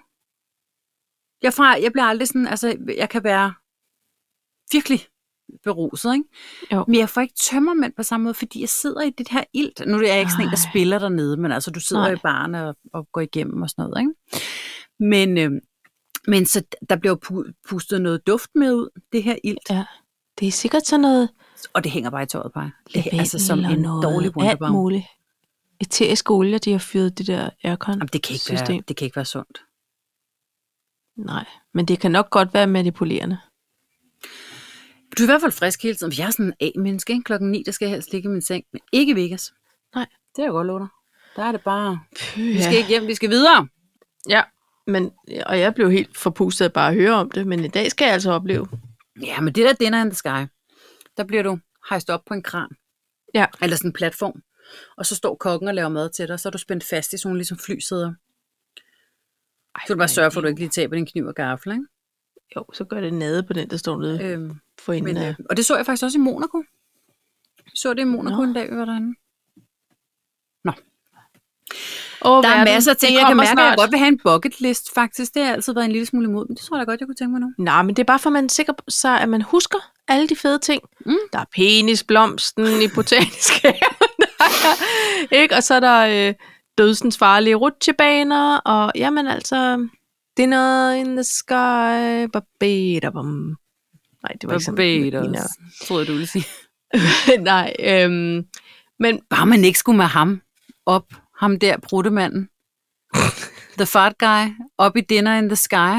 Speaker 2: Jeg, fra, jeg bliver aldrig sådan, altså jeg kan være virkelig beruset, ikke?
Speaker 1: Jo.
Speaker 2: Men jeg får ikke tømmermænd på samme måde, fordi jeg sidder i det her ilt. Nu er jeg ikke sådan en, der
Speaker 1: Nej.
Speaker 2: spiller dernede, men altså du sidder
Speaker 1: Nej.
Speaker 2: Nej. i baren og, og går igennem og sådan noget, ikke? Men, øh, men så der bliver jo pu- pustet noget duft med ud, det her ilt,
Speaker 1: Det er sikkert sådan noget
Speaker 2: og det hænger bare i tøjet bare. Det er
Speaker 1: lavendel
Speaker 2: altså som
Speaker 1: og
Speaker 2: en
Speaker 1: noget,
Speaker 2: dårlig
Speaker 1: alt
Speaker 2: wonderbaum.
Speaker 1: muligt. Eteriske olier, de har fyret det der aircon.
Speaker 2: Jamen, det kan, ikke være,
Speaker 1: System.
Speaker 2: det kan ikke være sundt.
Speaker 1: Nej, men det kan nok godt være manipulerende.
Speaker 2: Du er i hvert fald frisk hele tiden. Jeg er sådan en A-menneske. ikke? Klokken 9, der skal jeg helst ligge i min seng. Men ikke i Vegas.
Speaker 1: Nej.
Speaker 2: Det er jeg godt love dig. Der er det bare, vi skal
Speaker 1: Ja.
Speaker 2: ikke hjem, vi skal videre.
Speaker 1: ja. Men, og jeg blev helt forpustet af bare at høre om det, men i dag skal jeg altså opleve.
Speaker 2: Ja, men det der Dinner in the Sky, der bliver du hejst op på en kran.
Speaker 1: Ja.
Speaker 2: Eller sådan en platform. Og så står kokken og laver mad til dig, så er du spændt fast i sådan nogle ligesom flysæder.
Speaker 1: Ej,
Speaker 2: Så kan du bare sørge for, at du ikke lige taber din kniv og gaffel, ikke?
Speaker 1: Jo, så gør det nade på den, der står nede øh,
Speaker 2: Øhm,
Speaker 1: for enden
Speaker 2: men,
Speaker 1: af
Speaker 2: øh, og det så jeg faktisk også i Monaco. Vi så det i Monaco
Speaker 1: Nå.
Speaker 2: en dag, vi var derinde. Nå.
Speaker 1: Over
Speaker 2: Der er
Speaker 1: verden.
Speaker 2: masser af ting,
Speaker 1: Det
Speaker 2: jeg kan
Speaker 1: kommer
Speaker 2: mærke, at jeg
Speaker 1: snart.
Speaker 2: godt vil have en bucket list, faktisk. Det har altid været en lille smule imod, men det tror jeg da godt, jeg kunne tænke mig nu.
Speaker 1: Nej, men det er bare for, at man er sikker på- så at man husker alle de fede ting.
Speaker 2: Mm.
Speaker 1: Der er penisblomsten i botanisk have, der er- ikke? Og så er der øh, dødsens farlige rutsjebaner, og jamen altså, dinner in the sky, babadabam. Nej, det var ikke sådan. det ligner.
Speaker 2: tror jeg, du ville sige.
Speaker 1: Nej, øhm, men
Speaker 2: Bare man ikke skulle med ham op, ham der bruttemanden. The fart guy, op i dinner in the sky.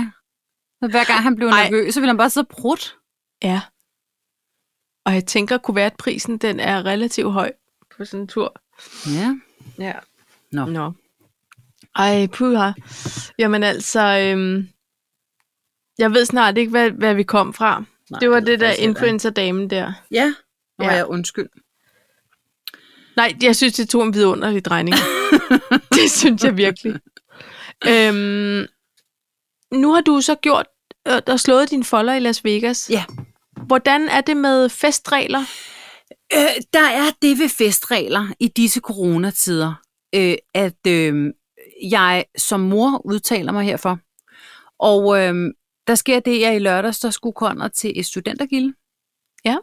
Speaker 2: Og hver gang han blev
Speaker 1: Ej.
Speaker 2: nervøs, så ville han bare sidde og brudt.
Speaker 1: ja. Og jeg tænker, kuvertprisen, den er relativt høj på sådan en tur.
Speaker 2: Ja.
Speaker 1: Ja.
Speaker 2: Nå.
Speaker 1: Nå. Ej, puha. Jamen altså, øhm, jeg ved snart ikke, hvad, hvad vi kom fra. Nej, det var det, det der influencer-dame der.
Speaker 2: Ja. Nå,
Speaker 1: Ja.
Speaker 2: ja, undskyld.
Speaker 1: Nej, jeg synes, det tog en vidunderlig drejning. det synes jeg virkelig. Øhm, nu har du så gjort øh, og slået dine folder i Las Vegas.
Speaker 2: Ja.
Speaker 1: Hvordan er det med festregler?
Speaker 2: Øh, der er det ved festregler i disse coronatider, øh, at øh, jeg som mor udtaler mig herfor. Og øh, der sker det, at jeg i lørdags, der skulle Conrad til et studentergilde.
Speaker 1: Ja.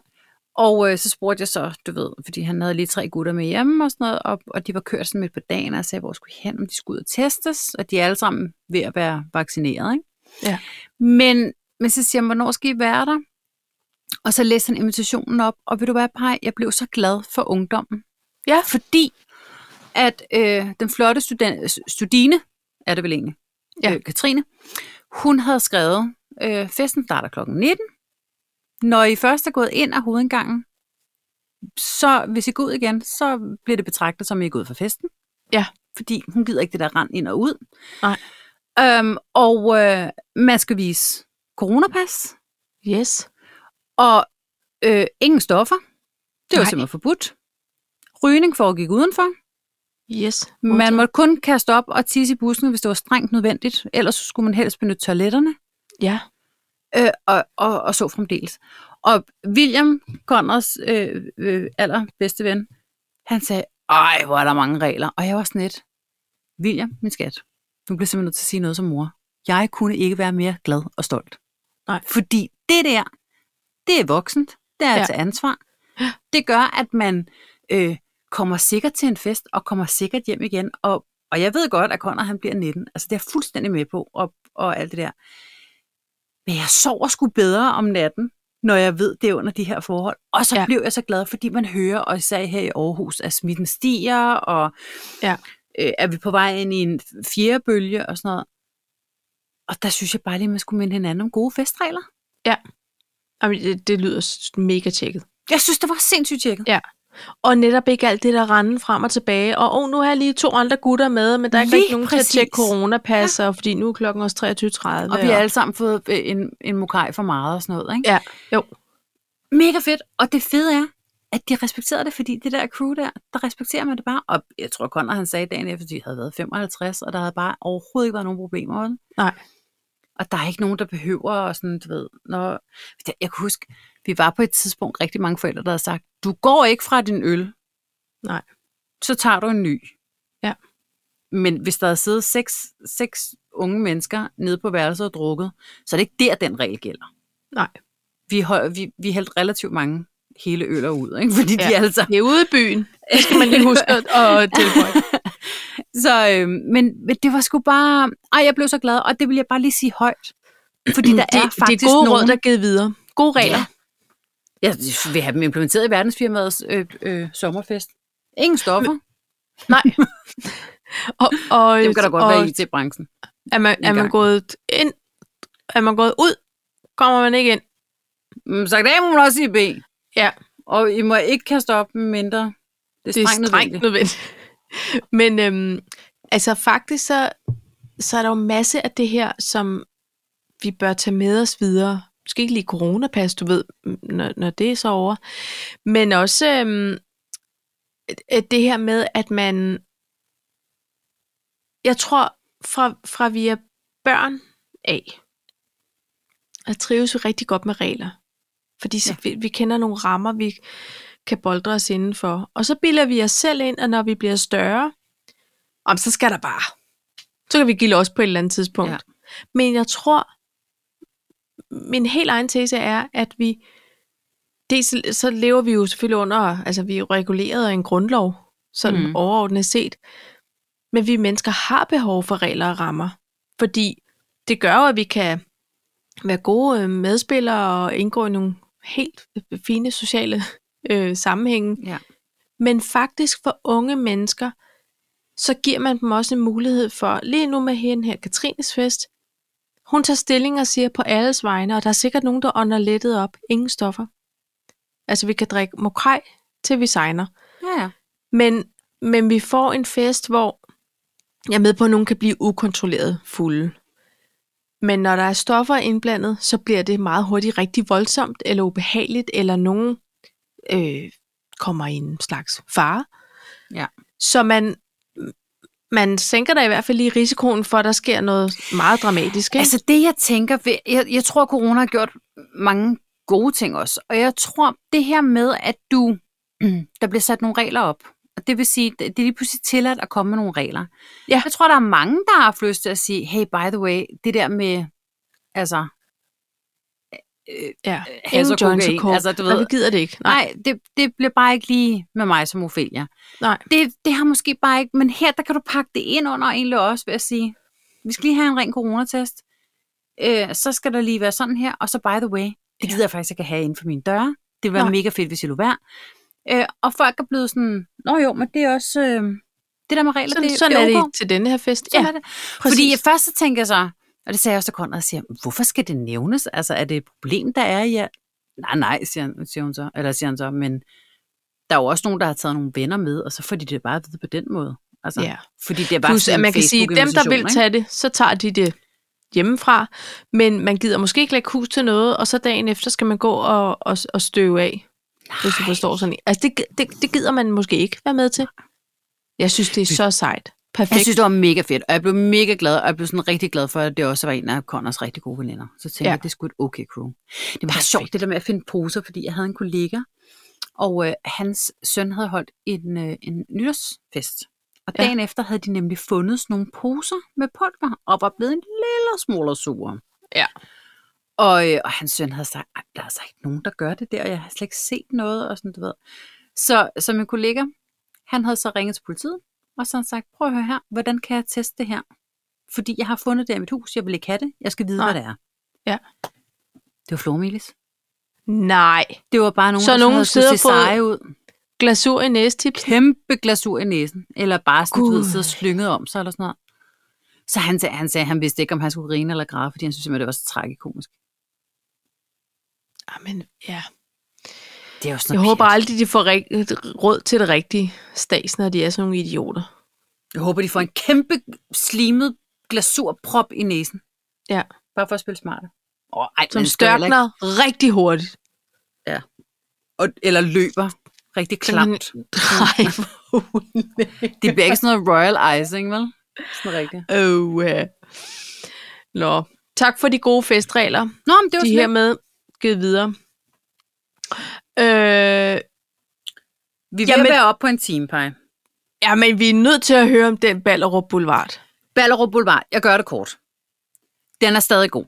Speaker 2: Og øh, så spurgte jeg så, du ved, fordi han havde lige tre gutter med hjemme og sådan noget, og, og de var kørt sådan midt på dagen, og jeg sagde, hvor skulle I hen, om de skulle ud og testes, og de er alle sammen ved at være vaccineret, ikke?
Speaker 1: Ja.
Speaker 2: Men, men så siger han, hvornår skal I være der? Og så læste han invitationen op, og ved du hvad, Paj, jeg blev så glad for ungdommen.
Speaker 1: Ja.
Speaker 2: Fordi at øh, den flotte student, studine, er det vel egentlig,
Speaker 1: Ja.
Speaker 2: øh, Katrine, hun havde skrevet, øh, festen starter kl. 19. Når I først er gået ind af hovedindgangen, så hvis I går ud igen, så bliver det betragtet som, I er gået fra festen.
Speaker 1: Ja.
Speaker 2: Fordi hun gider ikke det der rand ind og ud.
Speaker 1: Nej.
Speaker 2: Øhm, og øh, man skal vise coronapas
Speaker 1: Yes.
Speaker 2: og øh, ingen stoffer. Det var
Speaker 1: Nej.
Speaker 2: simpelthen forbudt. Rygning foregik udenfor.
Speaker 1: Yes.
Speaker 2: Man måtte kun kaste op og tisse i bussen, hvis det var strengt nødvendigt. Ellers så skulle man helst benytte toiletterne
Speaker 1: Ja.
Speaker 2: øh, og, og, og så fremdeles. Og William, Conrads øh, øh, allerbedste ven, han sagde, ej, hvor er der mange regler. Og jeg var sådan lidt, William, min skat, du bliver simpelthen nødt til at sige noget som mor. Jeg kunne ikke være mere glad og stolt.
Speaker 1: Nej.
Speaker 2: Fordi det der, det er voksent. Det er
Speaker 1: Ja.
Speaker 2: ja. altså ansvar. Det gør, at man øh, kommer sikkert til en fest, og kommer sikkert hjem igen. Og, og jeg ved godt, at Conrad han bliver 19. Altså, det er jeg fuldstændig med på, og, og alt det der. Men jeg sover sgu bedre om natten, når jeg ved det er under de her forhold. Og så
Speaker 1: Ja.
Speaker 2: ja. blev jeg så glad, fordi man hører, og især her i Aarhus, at smitten stiger, og
Speaker 1: Ja.
Speaker 2: øh, er vi på vej ind i en fjerde bølge og sådan noget. Og der synes jeg bare lige, at man skulle minde hinanden om gode festregler.
Speaker 1: Jamen, det, det lyder s- mega tjekket.
Speaker 2: Jeg synes, det var sindssygt tjekket.
Speaker 1: Og netop ikke alt det der rende frem og tilbage. Og oh, nu har jeg lige to andre gutter med, men der er ikke
Speaker 2: Lige
Speaker 1: rigtig nogen til
Speaker 2: præcis.
Speaker 1: at tjekke coronapas, ja. fordi nu er klokken også 23.30.
Speaker 2: Og vi har alle sammen fået øh, en, en mokai for meget og sådan noget. Ikke?
Speaker 1: Ja, jo.
Speaker 2: Mega fedt. Og det fede er, at de respekterede det, fordi det der crew der, der respekterer man det bare. Og jeg tror, Conrad han sagde dagen efter, at de havde været 55, og der havde bare overhovedet ikke været nogen problemer. Vel?
Speaker 1: Nej.
Speaker 2: Og der er ikke nogen, der behøver og sådan, du ved. Når... Jeg kan huske, vi var på et tidspunkt rigtig mange forældre, der havde sagt, du går ikke fra din øl.
Speaker 1: Nej.
Speaker 2: Så tager du en ny.
Speaker 1: Ja.
Speaker 2: Men hvis der havde siddet seks, seks unge mennesker nede på værelset og drukket, så er det ikke der, den regel gælder
Speaker 1: Nej.
Speaker 2: vi, hold, vi, vi hældte relativt mange hele øller ud, ikke? fordi ja. de
Speaker 1: Ja.
Speaker 2: er altså...
Speaker 1: Det er ude i byen. Det skal man lige huske at at tilføje.
Speaker 2: Så, øh, men, men det var sgu bare... Ej, jeg blev så glad, og det vil jeg bare lige sige højt. Fordi der er
Speaker 1: det,
Speaker 2: faktisk
Speaker 1: det er gode
Speaker 2: nogen...
Speaker 1: råd, der er givet videre. Gode regler.
Speaker 2: Ja. Jeg vil have dem implementeret i verdensfirmaets øh, øh, sommerfest. Ingen stoffer.
Speaker 1: Nej. og, og,
Speaker 2: Det kan da godt
Speaker 1: og
Speaker 2: være i IT-branchen.
Speaker 1: er, man, er man
Speaker 2: engang.
Speaker 1: gået ind, er man gået ud, kommer man ikke ind.
Speaker 2: Mm, Så der må man også sige B.
Speaker 1: Ja.
Speaker 2: Og I må ikke kaste op, mindre det er strengt nødvendigt.
Speaker 1: nødvendigt. Men øhm, altså faktisk, så, så er der jo masse af det her, som vi bør tage med os videre. Måske ikke lige coronapas, du ved, m- når, når det er så over. Men også øhm, at- at det her med, at man... Jeg tror, fra, fra vi er børn af, at trives vi rigtig godt med regler. Fordi så, vi, vi kender nogle rammer, vi, kan boldre os indenfor. Og så bilder vi os selv ind, at når vi bliver større, Om så skal der bare. Så kan vi give los på et eller andet tidspunkt.
Speaker 2: Ja.
Speaker 1: Ja. Men jeg tror, min helt egen tese er, at vi, dels så lever vi jo selvfølgelig under, altså vi er jo reguleret af en grundlov, sådan
Speaker 2: Mhm.
Speaker 1: mm. overordnet set. Men vi mennesker har behov for regler og rammer, fordi det gør jo, at vi kan være gode øh, medspillere og indgå i nogle helt fine sociale øh, sammenhænge.
Speaker 2: Ja.
Speaker 1: Men faktisk for unge mennesker, så giver man dem også en mulighed for, lige nu med hende her, Katrines Fest, hun tager stilling og siger på alles vegne, og der er sikkert nogen, der ånder lettet op. Ingen stoffer. Altså, vi kan drikke mokrej, til vi signer.
Speaker 2: Ja, ja.
Speaker 1: Men, men vi får en fest, hvor jeg er med på, at nogen kan blive ukontrolleret fulde. Men når der er stoffer indblandet, så bliver det meget hurtigt rigtig voldsomt eller ubehageligt, eller nogen øh, kommer i en slags fare.
Speaker 2: Ja.
Speaker 1: Så man, man sænker da i hvert fald lige risikoen for, at der sker noget meget dramatisk. Ikke?
Speaker 2: Altså det, jeg tænker, ved, jeg, jeg tror, corona har gjort mange gode ting også. Og jeg tror, det her med, at du, der bliver sat nogle regler op. Og det vil sige, det det er lige pludselig tilladt at komme med nogle regler.
Speaker 1: Ja.
Speaker 2: Jeg tror, der er mange, der har haft lyst til at sige, hey, by the way, det der med, altså,
Speaker 1: ja.
Speaker 2: has og kokain, altså, du ved-
Speaker 1: Nej, vi gider det ikke. Nej.
Speaker 2: nej, det, det bliver bare ikke lige med mig som Ophelia.
Speaker 1: Nej.
Speaker 2: Det, det har måske bare ikke, men her, der kan du pakke det ind under egentlig også ved at sige, vi skal lige have en ren coronatest, øh, så skal der lige være sådan her, og så by the way, det gider jeg faktisk ikke at have inden for mine døre. Det vil være
Speaker 1: Nej.
Speaker 2: mega fedt, hvis I lå være. Øh, og folk er blevet sådan, nå jo, men det er også, øh, det der med regler,
Speaker 1: Sådan,
Speaker 2: det,
Speaker 1: sådan
Speaker 2: det
Speaker 1: er
Speaker 2: er, okay.
Speaker 1: det til denne her fest.
Speaker 2: Sådan
Speaker 1: Ja,
Speaker 2: er det.
Speaker 1: præcis.
Speaker 2: Fordi først så tænker jeg så, og det sagde jeg også til Conrad, og siger, hvorfor skal det nævnes? Altså, er det et problem, der er i jer? Nej, nej, siger, han- siger hun så, eller siger han så, men der er jo også nogen, der har taget nogle venner med, og så får de det bare at vide på den måde. Altså,
Speaker 1: Ja.
Speaker 2: Fordi det er bare
Speaker 1: Plus,
Speaker 2: sådan
Speaker 1: at
Speaker 2: en
Speaker 1: man kan sige, at dem, der vil
Speaker 2: Facebook-organisation,
Speaker 1: tage det, så tager de det hjemmefra, men man gider måske ikke lægge hus til noget, og så dagen efter skal man gå og, og, og støve af, Nej. hvis du
Speaker 2: Nej.
Speaker 1: forstår sådan en. Altså, det, gi- det, det gider man måske ikke være med til. Jeg synes, det er så sejt. Perfekt.
Speaker 2: ikke? Jeg synes, det var mega fedt, og jeg blev mega glad, og jeg blev sådan rigtig glad for, at det også var en af Connors rigtig gode veninder. Så tænkte ja.
Speaker 1: Ja.
Speaker 2: jeg, det skulle et okay crew. Det var
Speaker 1: Perfekt.
Speaker 2: sjovt, det der med at finde poser, fordi jeg havde en kollega, og øh, hans søn havde holdt en, øh, en nytårsfest. Og
Speaker 1: Ja.
Speaker 2: dagen ja. efter havde de nemlig fundet sådan nogle poser med pulver, og var blevet en lille smule sure.
Speaker 1: Ja.
Speaker 2: Og, øh, og hans søn havde sagt, "Ej, der er altså ikke nogen, der gør det der, og jeg har slet ikke set noget, og sådan, du ved. Så, så min kollega, han havde så ringet til politiet, og så havde han sagt, prøv at høre her, hvordan kan jeg teste det her? Fordi jeg har fundet det i mit hus, jeg vil ikke have det, jeg skal vide,
Speaker 1: Nej.
Speaker 2: hvad det er.
Speaker 1: Ja.
Speaker 2: Det var flormelis.
Speaker 1: Nej.
Speaker 2: Det var bare nogen,
Speaker 1: Så
Speaker 2: der
Speaker 1: nogen
Speaker 2: havde skulle
Speaker 1: sidder
Speaker 2: se
Speaker 1: og fået-
Speaker 2: seje ud
Speaker 1: Glasur i næstipsen.
Speaker 2: kæmpe glasur i næsen, eller bare sådan, du ved,
Speaker 1: Gud.
Speaker 2: sidder slynget om sig, eller sådan noget. Så han sagde, han sagde, han vidste ikke, om han skulle grine eller græde, fordi han synes simpelthen, det var så tragikomisk.
Speaker 1: Jamen, ja.
Speaker 2: Det er jo sådan
Speaker 1: Jeg
Speaker 2: noget
Speaker 1: håber
Speaker 2: pjat.
Speaker 1: aldrig, de får rig- råd til det rigtige stats, når de er sådan nogle idioter.
Speaker 2: Jeg håber, de får en kæmpe slimet glasurprop i næsen.
Speaker 1: Ja.
Speaker 2: Bare for at spille smarte. Oh, ej,
Speaker 1: Som
Speaker 2: men det skal jo heller
Speaker 1: størkner rigtig hurtigt.
Speaker 2: ikke- Og, eller løber rigtig klamt.
Speaker 1: Nej, for hulen.
Speaker 2: Det bliver ikke sådan noget royal icing, vel? Sådan rigtigt.
Speaker 1: Oh, uh. Nå, tak for de gode festregler.
Speaker 2: Nå, men det var
Speaker 1: De
Speaker 2: sådan
Speaker 1: her med givet videre. Øh,
Speaker 2: lidt- Vi vil
Speaker 1: Jamen-
Speaker 2: være oppe på en time, Paj.
Speaker 1: ja, men vi er nødt til at høre om den Ballerup Boulevard.
Speaker 2: Ballerup Boulevard, jeg gør det kort. Den er stadig god.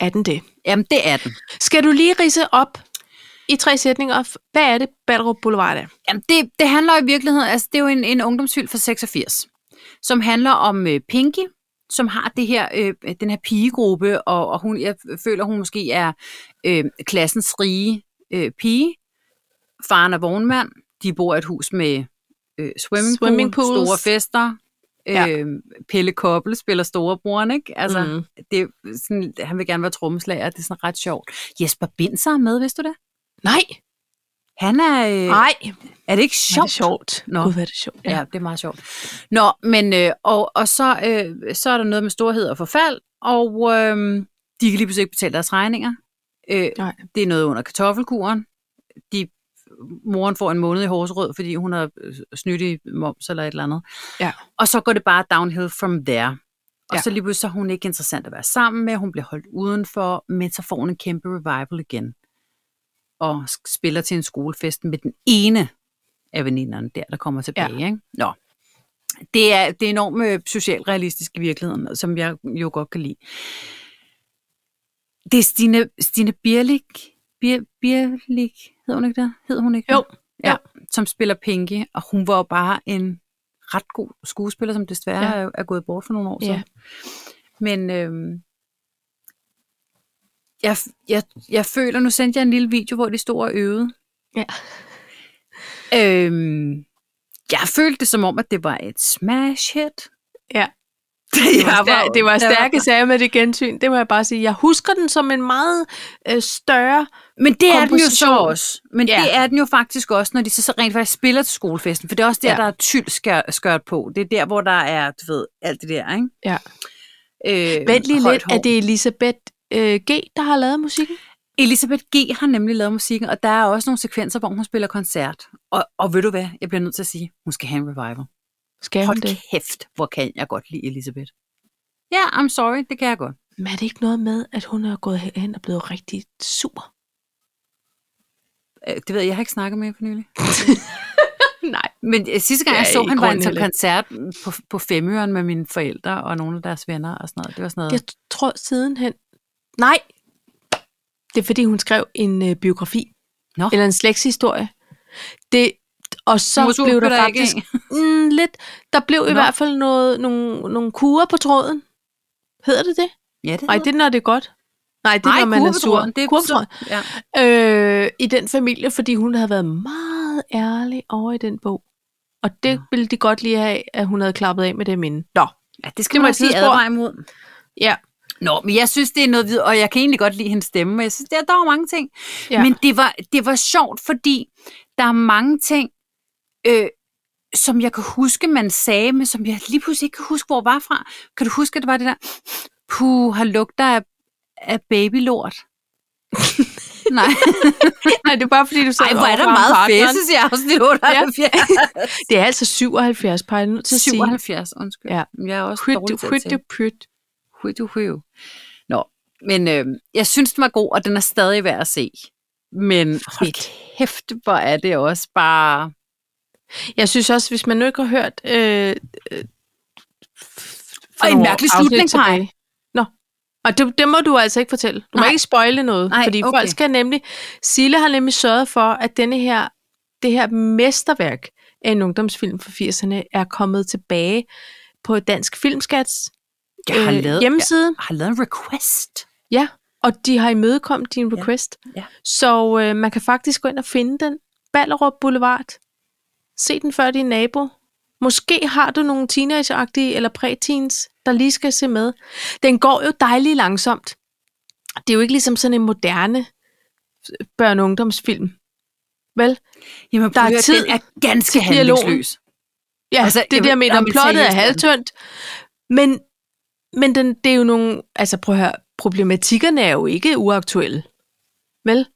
Speaker 1: Er den det?
Speaker 2: Jamen, det er den.
Speaker 1: Skal du lige rise op i tre sætninger, f- hvad er det Ballerup Boulevard er?
Speaker 2: Jamen, det, det handler i virkeligheden, altså det er jo en, en ungdomsfilm fra 86, som handler om øh, Pinky, som har det her, øh, den her pigegruppe, og, og hun, jeg føler, hun måske er øh, klassens rige øh, pige. Faren er vognmand, de bor i et hus med øh, swimmingpool,
Speaker 1: Swimmingpools.
Speaker 2: store fester,
Speaker 1: Ja.
Speaker 2: øh, Pelle Koppel spiller storebroren, ikke? Altså, mm.
Speaker 1: Mm.
Speaker 2: det, er sådan, han vil gerne være trommeslager, det er sådan ret sjovt. Jesper Binser er med, vidste du det?
Speaker 1: Nej,
Speaker 2: Han er... Øh,
Speaker 1: nej.
Speaker 2: er det ikke
Speaker 1: Hvor er
Speaker 2: sjovt?
Speaker 1: det sjovt.
Speaker 2: Nå.
Speaker 1: Nå. Gud, hvor er det sjovt.
Speaker 2: Ja, det er meget sjovt. Nå, men øh, og, og så, øh, så er der noget med storhed og forfald, og øh, de kan lige pludselig ikke betale deres regninger. Øh,
Speaker 1: Nej.
Speaker 2: det er noget under kartoffelkuren. De, moren får en måned i Horserød, fordi hun har øh, snydt i moms eller et eller andet.
Speaker 1: Ja.
Speaker 2: Og så går det bare downhill from there. Og ja.
Speaker 1: Ja.
Speaker 2: så lige pludselig så er hun ikke interessant at være sammen med, hun bliver holdt udenfor, men så får hun en kæmpe revival igen. Og sk- spiller til en skolefest med den ene af veninderne der, der kommer tilbage. Ja. Ikke? Nå. Det er, det er enormt øh, socialrealistisk i virkeligheden, som jeg jo godt kan lide. Det er Stine, Stine Birlik. Bir, Birlik, hed hun ikke det? Hed hun ikke det?
Speaker 1: Jo,
Speaker 2: Ja,
Speaker 1: ja.
Speaker 2: Som spiller Pinky, og hun var jo bare en ret god skuespiller, som desværre
Speaker 1: Ja.
Speaker 2: ja. er, er gået bort for nogle år
Speaker 1: Ja.
Speaker 2: siden. Men øhm, jeg, jeg, jeg føler, nu sendte jeg en lille video, hvor de stod og øvede.
Speaker 1: Ja.
Speaker 2: Øhm, jeg følte det som om, at det var et smash hit.
Speaker 1: Ja.
Speaker 2: Det
Speaker 1: Det var, stær- det var
Speaker 2: jeg
Speaker 1: stærke sager med det gensyn, det må jeg bare sige. Jeg husker den som en meget øh, større...
Speaker 2: Men det er den jo så
Speaker 1: komposition.
Speaker 2: også. Men
Speaker 1: Ja.
Speaker 2: ja. det er den jo faktisk også, når de så, så rent faktisk spiller til skolefesten. For det er også der,
Speaker 1: Ja.
Speaker 2: ja. der er tyldskørt på. Det er der, hvor der er, du ved, alt det der, ikke?
Speaker 1: Ja.
Speaker 2: Øh,
Speaker 1: Vent lige
Speaker 2: højt
Speaker 1: lidt,
Speaker 2: hår.
Speaker 1: er det Elisabeth øh, G., der har lavet musikken?
Speaker 2: Elisabeth G. har nemlig lavet musikken, og der er også nogle sekvenser, hvor hun spiller koncert. Og, og ved du hvad? Jeg bliver nødt til at sige, hun skal have en revival.
Speaker 1: Skal hun
Speaker 2: Hold
Speaker 1: det?
Speaker 2: kæft, hvor kan jeg godt lide Elisabeth. Ja, yeah, I'm sorry, det kan jeg godt.
Speaker 1: Men er det ikke noget med, at hun er gået hen og blevet rigtig sur?
Speaker 2: Øh, Det ved jeg, jeg har ikke snakket med hende for nylig.
Speaker 1: Nej.
Speaker 2: Men øh, sidste gang,
Speaker 1: Ja,
Speaker 2: jeg så
Speaker 1: i
Speaker 2: han var han til
Speaker 1: grunden
Speaker 2: koncert på, på Femøren med mine forældre og nogle af deres venner og sådan noget. Det var sådan noget.
Speaker 1: Jeg t- tror sidenhen... Nej! Det er fordi, hun skrev en øh, biografi.
Speaker 2: Nå.
Speaker 1: Eller en slægtshistorie. Det, og så
Speaker 2: Mosur
Speaker 1: blev
Speaker 2: blev
Speaker 1: der
Speaker 2: der ikke
Speaker 1: faktisk... Mm, lidt. Der blev
Speaker 2: Nå.
Speaker 1: i hvert fald noget, nogle, nogle kurer på tråden. Hedder det det?
Speaker 2: Ja, det
Speaker 1: Nej, det er, når det er godt. Nej, det er, når man er sur.
Speaker 2: Det er
Speaker 1: Kurvetråden.
Speaker 2: så- Ja.
Speaker 1: øh, i den familie, fordi hun havde været meget ærlig over i den bog. Og det ville de godt lige have, at hun havde klappet af med dem inden. Nå,
Speaker 2: ja, det skal
Speaker 1: Det
Speaker 2: det
Speaker 1: var
Speaker 2: man
Speaker 1: et
Speaker 2: også lige
Speaker 1: sidespor.
Speaker 2: advare imod.
Speaker 1: ja.
Speaker 2: Nå, men jeg synes, det er noget vid, og jeg kan egentlig godt lide hendes stemme, og jeg synes, der, der var mange ting.
Speaker 1: Ja.
Speaker 2: Ja. Men det var, det var sjovt, fordi der er mange ting, øh, som jeg kan huske, man sagde, men som jeg lige pludselig ikke kan huske, hvor var fra. Kan du huske, at det var det der, puh, har lugter af, af babylort? Nej,
Speaker 1: Nej, det er bare fordi, du sagde,
Speaker 2: Ej, hvor er der meget fæses i afsnit 78. Ja.
Speaker 1: Det er altså 77, peger jeg nødt til at sige.
Speaker 2: 77, undskyld.
Speaker 1: Ja.
Speaker 2: Jeg er også dårlig til at
Speaker 1: Hytte,
Speaker 2: tænke.
Speaker 1: hytte, pyt.
Speaker 2: Huidu huidu. Nå, men øh, jeg synes, den var god, og den er stadig værd at se. Men hold kæft, hvor er det også bare...
Speaker 1: Jeg synes også, hvis man nu ikke har hørt... Øh, øh, for
Speaker 2: en
Speaker 1: nogle
Speaker 2: mærkelig
Speaker 1: afsnit
Speaker 2: slutning, Paj.
Speaker 1: tilbage- Nå. Og det, det må du altså ikke fortælle. Du må
Speaker 2: Nej.
Speaker 1: ikke spoile noget,
Speaker 2: Nej,
Speaker 1: fordi
Speaker 2: okay.
Speaker 1: folk skal nemlig... Sille har nemlig sørget for, at denne her, det her mesterværk af en ungdomsfilm fra 80'erne er kommet tilbage på Dansk Filmskats
Speaker 2: Jeg har,
Speaker 1: øh,
Speaker 2: lavet, jeg
Speaker 1: hjemmeside.
Speaker 2: har lavet en request.
Speaker 1: Ja, og de har imødekommet din request.
Speaker 2: ja.
Speaker 1: Så øh, man kan faktisk gå ind og finde den. Ballerup Boulevard. Se den før din nabo. Måske har du nogle teenageagtige eller præteens, der lige skal se med. Den går jo dejligt langsomt. Det er jo ikke ligesom sådan en moderne øh, børne- og ungdomsfilm. Vel?
Speaker 2: Jamen,
Speaker 1: Der
Speaker 2: der
Speaker 1: er
Speaker 2: er
Speaker 1: tid
Speaker 2: den er ganske
Speaker 1: til dialogen.
Speaker 2: handlingsløs.
Speaker 1: Ja, altså,
Speaker 2: Altså,
Speaker 1: det er
Speaker 2: jeg
Speaker 1: det, jeg
Speaker 2: vil-
Speaker 1: mener.
Speaker 2: jamen,
Speaker 1: Plottet er
Speaker 2: seriøst, mand.
Speaker 1: halvtønt. Men, men den, det er jo nogle... Altså prøv at høre, problematikkerne er jo ikke uaktuelle. Vel?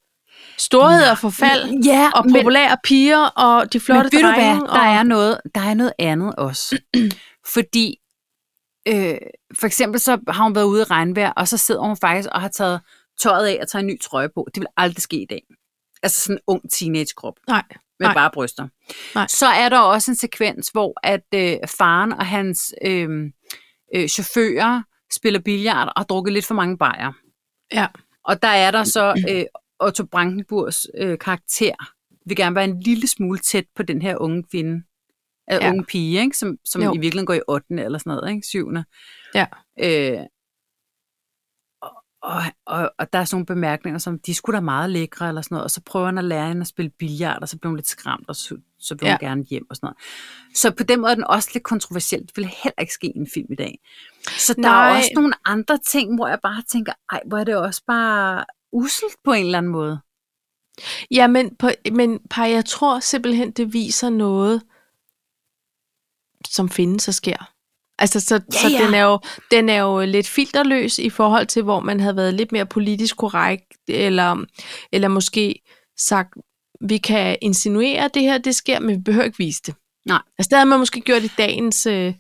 Speaker 1: Storhed og forfald,
Speaker 2: Ja,
Speaker 1: og
Speaker 2: men,
Speaker 1: populære piger, og de flotte
Speaker 2: men ved du
Speaker 1: drenge.
Speaker 2: hvad, der
Speaker 1: og,
Speaker 2: er, noget, der er noget andet også. Fordi øh, for eksempel så har hun været ude i regnvejr, og så sidder hun faktisk og har taget tøjet af og tager en ny trøje på. Det vil aldrig ske i dag. Altså sådan en ung teenage-krop.
Speaker 1: Nej,
Speaker 2: med Nej.
Speaker 1: Nej.
Speaker 2: bare bryster.
Speaker 1: Nej.
Speaker 2: Så er der også en sekvens, hvor at øh, faren og hans øh, øh, chauffører spiller billard og har drukket lidt for mange bajer.
Speaker 1: Ja.
Speaker 2: Og der er der så øh, Otto Brandenburgs øh, karakter vil gerne være en lille smule tæt på den her unge kvinde, øh,
Speaker 1: Ja.
Speaker 2: ja. unge pige, ikke? som, som i
Speaker 1: Jo.
Speaker 2: virkeligheden går i 8. eller sådan noget, ikke? 7.
Speaker 1: Ja.
Speaker 2: Øh, og, og, og der er sådan nogle bemærkninger som, de skulle da meget lækre eller sådan noget, og så prøver han at lære hende at spille billard, og så bliver hun lidt skræmt, og så, så vil ja. hun gerne hjem og sådan noget. Så på den måde er den også lidt kontroversiel. Det vil heller ikke ske i en film i dag. Så der er
Speaker 1: Nej.
Speaker 2: også nogle andre ting, hvor jeg bare tænker, ej, hvor er det også bare uselt på en eller anden måde.
Speaker 1: Ja, men, på, men par, jeg tror simpelthen, det viser noget, som findes og sker. Altså, så, ja,
Speaker 2: Ja,
Speaker 1: så
Speaker 2: ja.
Speaker 1: Den, er jo, den er jo lidt filterløs i forhold til, hvor man havde været lidt mere politisk korrekt, eller, eller måske sagt, vi kan insinuere, at det her det sker, men vi behøver ikke vise det.
Speaker 2: Nej. Mm.
Speaker 1: Altså, det havde man måske gjort i dagens... Øh,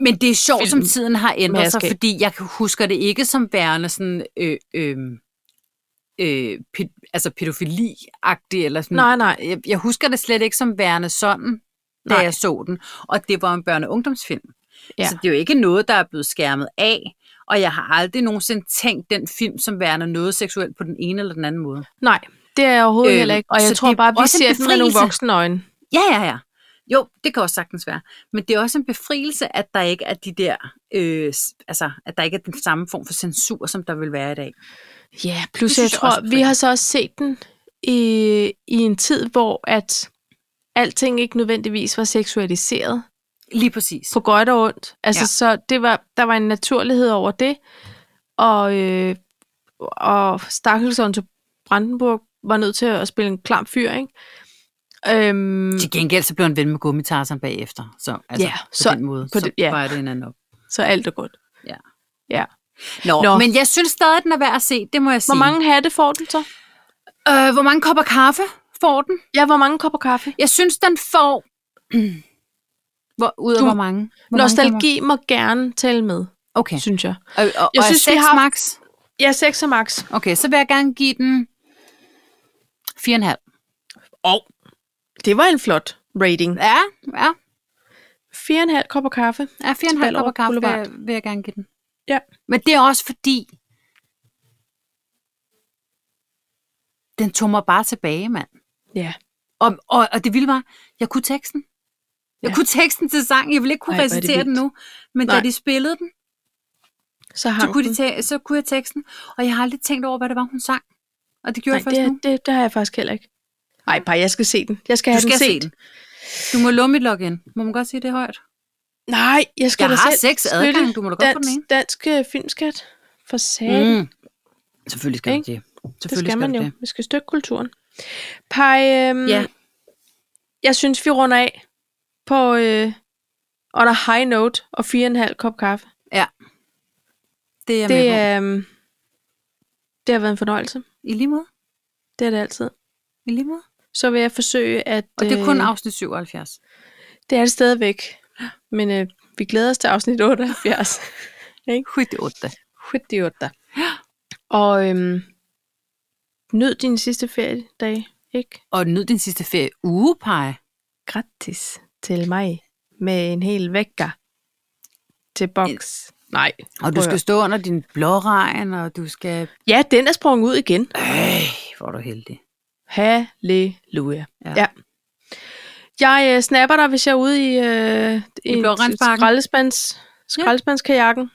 Speaker 2: Men det er sjovt,
Speaker 1: Film.
Speaker 2: som tiden har ændret sig,
Speaker 1: Madskab.
Speaker 2: fordi jeg husker det ikke som værende sådan, øh, øh, øh, pæ- altså pædofili-agtigt, eller sådan
Speaker 1: nej, nej.
Speaker 2: jeg, jeg husker det slet ikke som værende sådan. da
Speaker 1: Nej.
Speaker 2: jeg så den. Og det var en børne- og ungdomsfilm.
Speaker 1: Ja.
Speaker 2: Ja. Så det er jo ikke noget, der er blevet skærmet af. Og jeg har aldrig nogensinde tænkt den film som værende noget seksuelt på den ene eller den anden måde.
Speaker 1: Nej, det er jeg overhovedet
Speaker 2: Øhm,
Speaker 1: heller ikke. Og jeg
Speaker 2: så
Speaker 1: tror
Speaker 2: det er
Speaker 1: bare, vi
Speaker 2: også en
Speaker 1: ser den med nogle
Speaker 2: befrielse.
Speaker 1: voksne øjne.
Speaker 2: Ja, ja, ja. Jo, det kan også sagtens være. Men det er også en befrielse, at der ikke er de der, øh, s- altså, at der ikke er den samme form for censur, som der vil være i dag.
Speaker 1: Ja, plus
Speaker 2: Det synes
Speaker 1: jeg
Speaker 2: jeg også
Speaker 1: tror,
Speaker 2: er
Speaker 1: vi har så også set den i, i en tid, hvor at alting ikke nødvendigvis var seksualiseret
Speaker 2: Lige præcis.
Speaker 1: på godt og ondt. Altså, ja.
Speaker 2: Ja.
Speaker 1: så det var, der var en naturlighed over det. Og, øh, og Stakkelsson til Brandenburg var nødt til at spille en klam fyr, ikke? Øhm,
Speaker 2: Til gengæld så blev han ven med gummitarsen bagefter. Så altså,
Speaker 1: Ja,
Speaker 2: ja, på
Speaker 1: så-
Speaker 2: så, den måde,
Speaker 1: på
Speaker 2: på det,
Speaker 1: det- ja.
Speaker 2: ja. så var det en anden op.
Speaker 1: så alt er godt.
Speaker 2: Nå,
Speaker 1: Nå.
Speaker 2: Nå, men jeg synes stadig, at den er værd at se, det må jeg sige.
Speaker 1: Hvor mange hatte får den så?
Speaker 2: øh, hvor mange kopper kaffe får den?
Speaker 1: Ja, hvor mange kopper kaffe?
Speaker 2: Jeg synes, den får... Hvor, ud af
Speaker 1: Du-
Speaker 2: hvor mange? Hvor Mange
Speaker 1: Nostalgi må gerne tælle med,
Speaker 2: kommer- okay.
Speaker 1: synes jeg.
Speaker 2: Og, og,
Speaker 1: Jeg
Speaker 2: jeg og
Speaker 1: synes,
Speaker 2: synes,
Speaker 1: vi
Speaker 2: 6
Speaker 1: har-
Speaker 2: har... max?
Speaker 1: Ja, 6 og max.
Speaker 2: Okay, så vil jeg gerne give den 4,5.
Speaker 1: Og det var en flot rating.
Speaker 2: Ja, ja.
Speaker 1: 4,5 kopper kaffe.
Speaker 2: Ja, 4,5
Speaker 1: Ballerup
Speaker 2: kopper kaffe vil
Speaker 1: Boulevard.
Speaker 2: jeg, vil jeg gerne give den.
Speaker 1: Ja.
Speaker 2: Men det er også fordi, den tog mig bare tilbage, mand.
Speaker 1: Ja.
Speaker 2: Og, og, og det vilde var, jeg kunne teksten. Jeg
Speaker 1: Ja.
Speaker 2: ja. kunne teksten til sangen. Jeg ville ikke kunne
Speaker 1: Ej, hvor er det
Speaker 2: recitere den
Speaker 1: vildt.
Speaker 2: nu. Men Nej.
Speaker 1: Nej.
Speaker 2: da de spillede den,
Speaker 1: Så
Speaker 2: så
Speaker 1: hang
Speaker 2: kunne, de
Speaker 1: den.
Speaker 2: ta- så kunne jeg teksten. Og jeg har aldrig tænkt over, hvad det var, hun sang. Og det gjorde jeg
Speaker 1: Nej,
Speaker 2: først nu.
Speaker 1: det, det, det har jeg faktisk heller ikke. Nej, bare jeg skal se den. Jeg skal have
Speaker 2: Du skal
Speaker 1: den set.
Speaker 2: se
Speaker 1: Mm.
Speaker 2: den. Du må lumme et login. Må man godt sige det højt?
Speaker 1: Nej, jeg skal
Speaker 2: Jeg
Speaker 1: da
Speaker 2: har
Speaker 1: selv
Speaker 2: seks
Speaker 1: støtte
Speaker 2: adgange. Du må da godt få den ene.
Speaker 1: dansk, Dansk øh, filmskat. For satan. Mm,
Speaker 2: Mm. Selvfølgelig skal
Speaker 1: Ikke?
Speaker 2: du det.
Speaker 1: det
Speaker 2: Selvfølgelig
Speaker 1: skal man
Speaker 2: du
Speaker 1: jo.
Speaker 2: det.
Speaker 1: Vi skal støtte kulturen. Pej, øhm,
Speaker 2: Mm. Ja.
Speaker 1: jeg synes, vi runder af på øh, under high note og 4,5 kop kaffe.
Speaker 2: Det er jeg
Speaker 1: det,
Speaker 2: med på.
Speaker 1: øhm, det har været en fornøjelse.
Speaker 2: I lige måde.
Speaker 1: Det er det altid.
Speaker 2: I lige måde.
Speaker 1: Så vil jeg forsøge at...
Speaker 2: Og det er kun
Speaker 1: øh,
Speaker 2: afsnit 77.
Speaker 1: Det er det stadigvæk. Men øh, vi glæder os til afsnit 78.
Speaker 2: Skyt 8.
Speaker 1: 78. Og øhm, nyd dine sidste feriedag, ikke?
Speaker 2: Og nyd din sidste ferie uge, Paj.
Speaker 1: Gratis til mig med en hel vækker til boks. Nej.
Speaker 2: Og
Speaker 1: prøv
Speaker 2: du
Speaker 1: at høre.
Speaker 2: skal stå under din blåregn, og du skal...
Speaker 1: Ja, den er sprunget ud igen.
Speaker 2: Øh, hvor er du heldig.
Speaker 1: Halleluja.
Speaker 2: Ja.
Speaker 1: Jeg øh, snapper dig, hvis jeg er ude i, øh,
Speaker 2: blårensparken.
Speaker 1: skraldespands, skraldespandskajakken.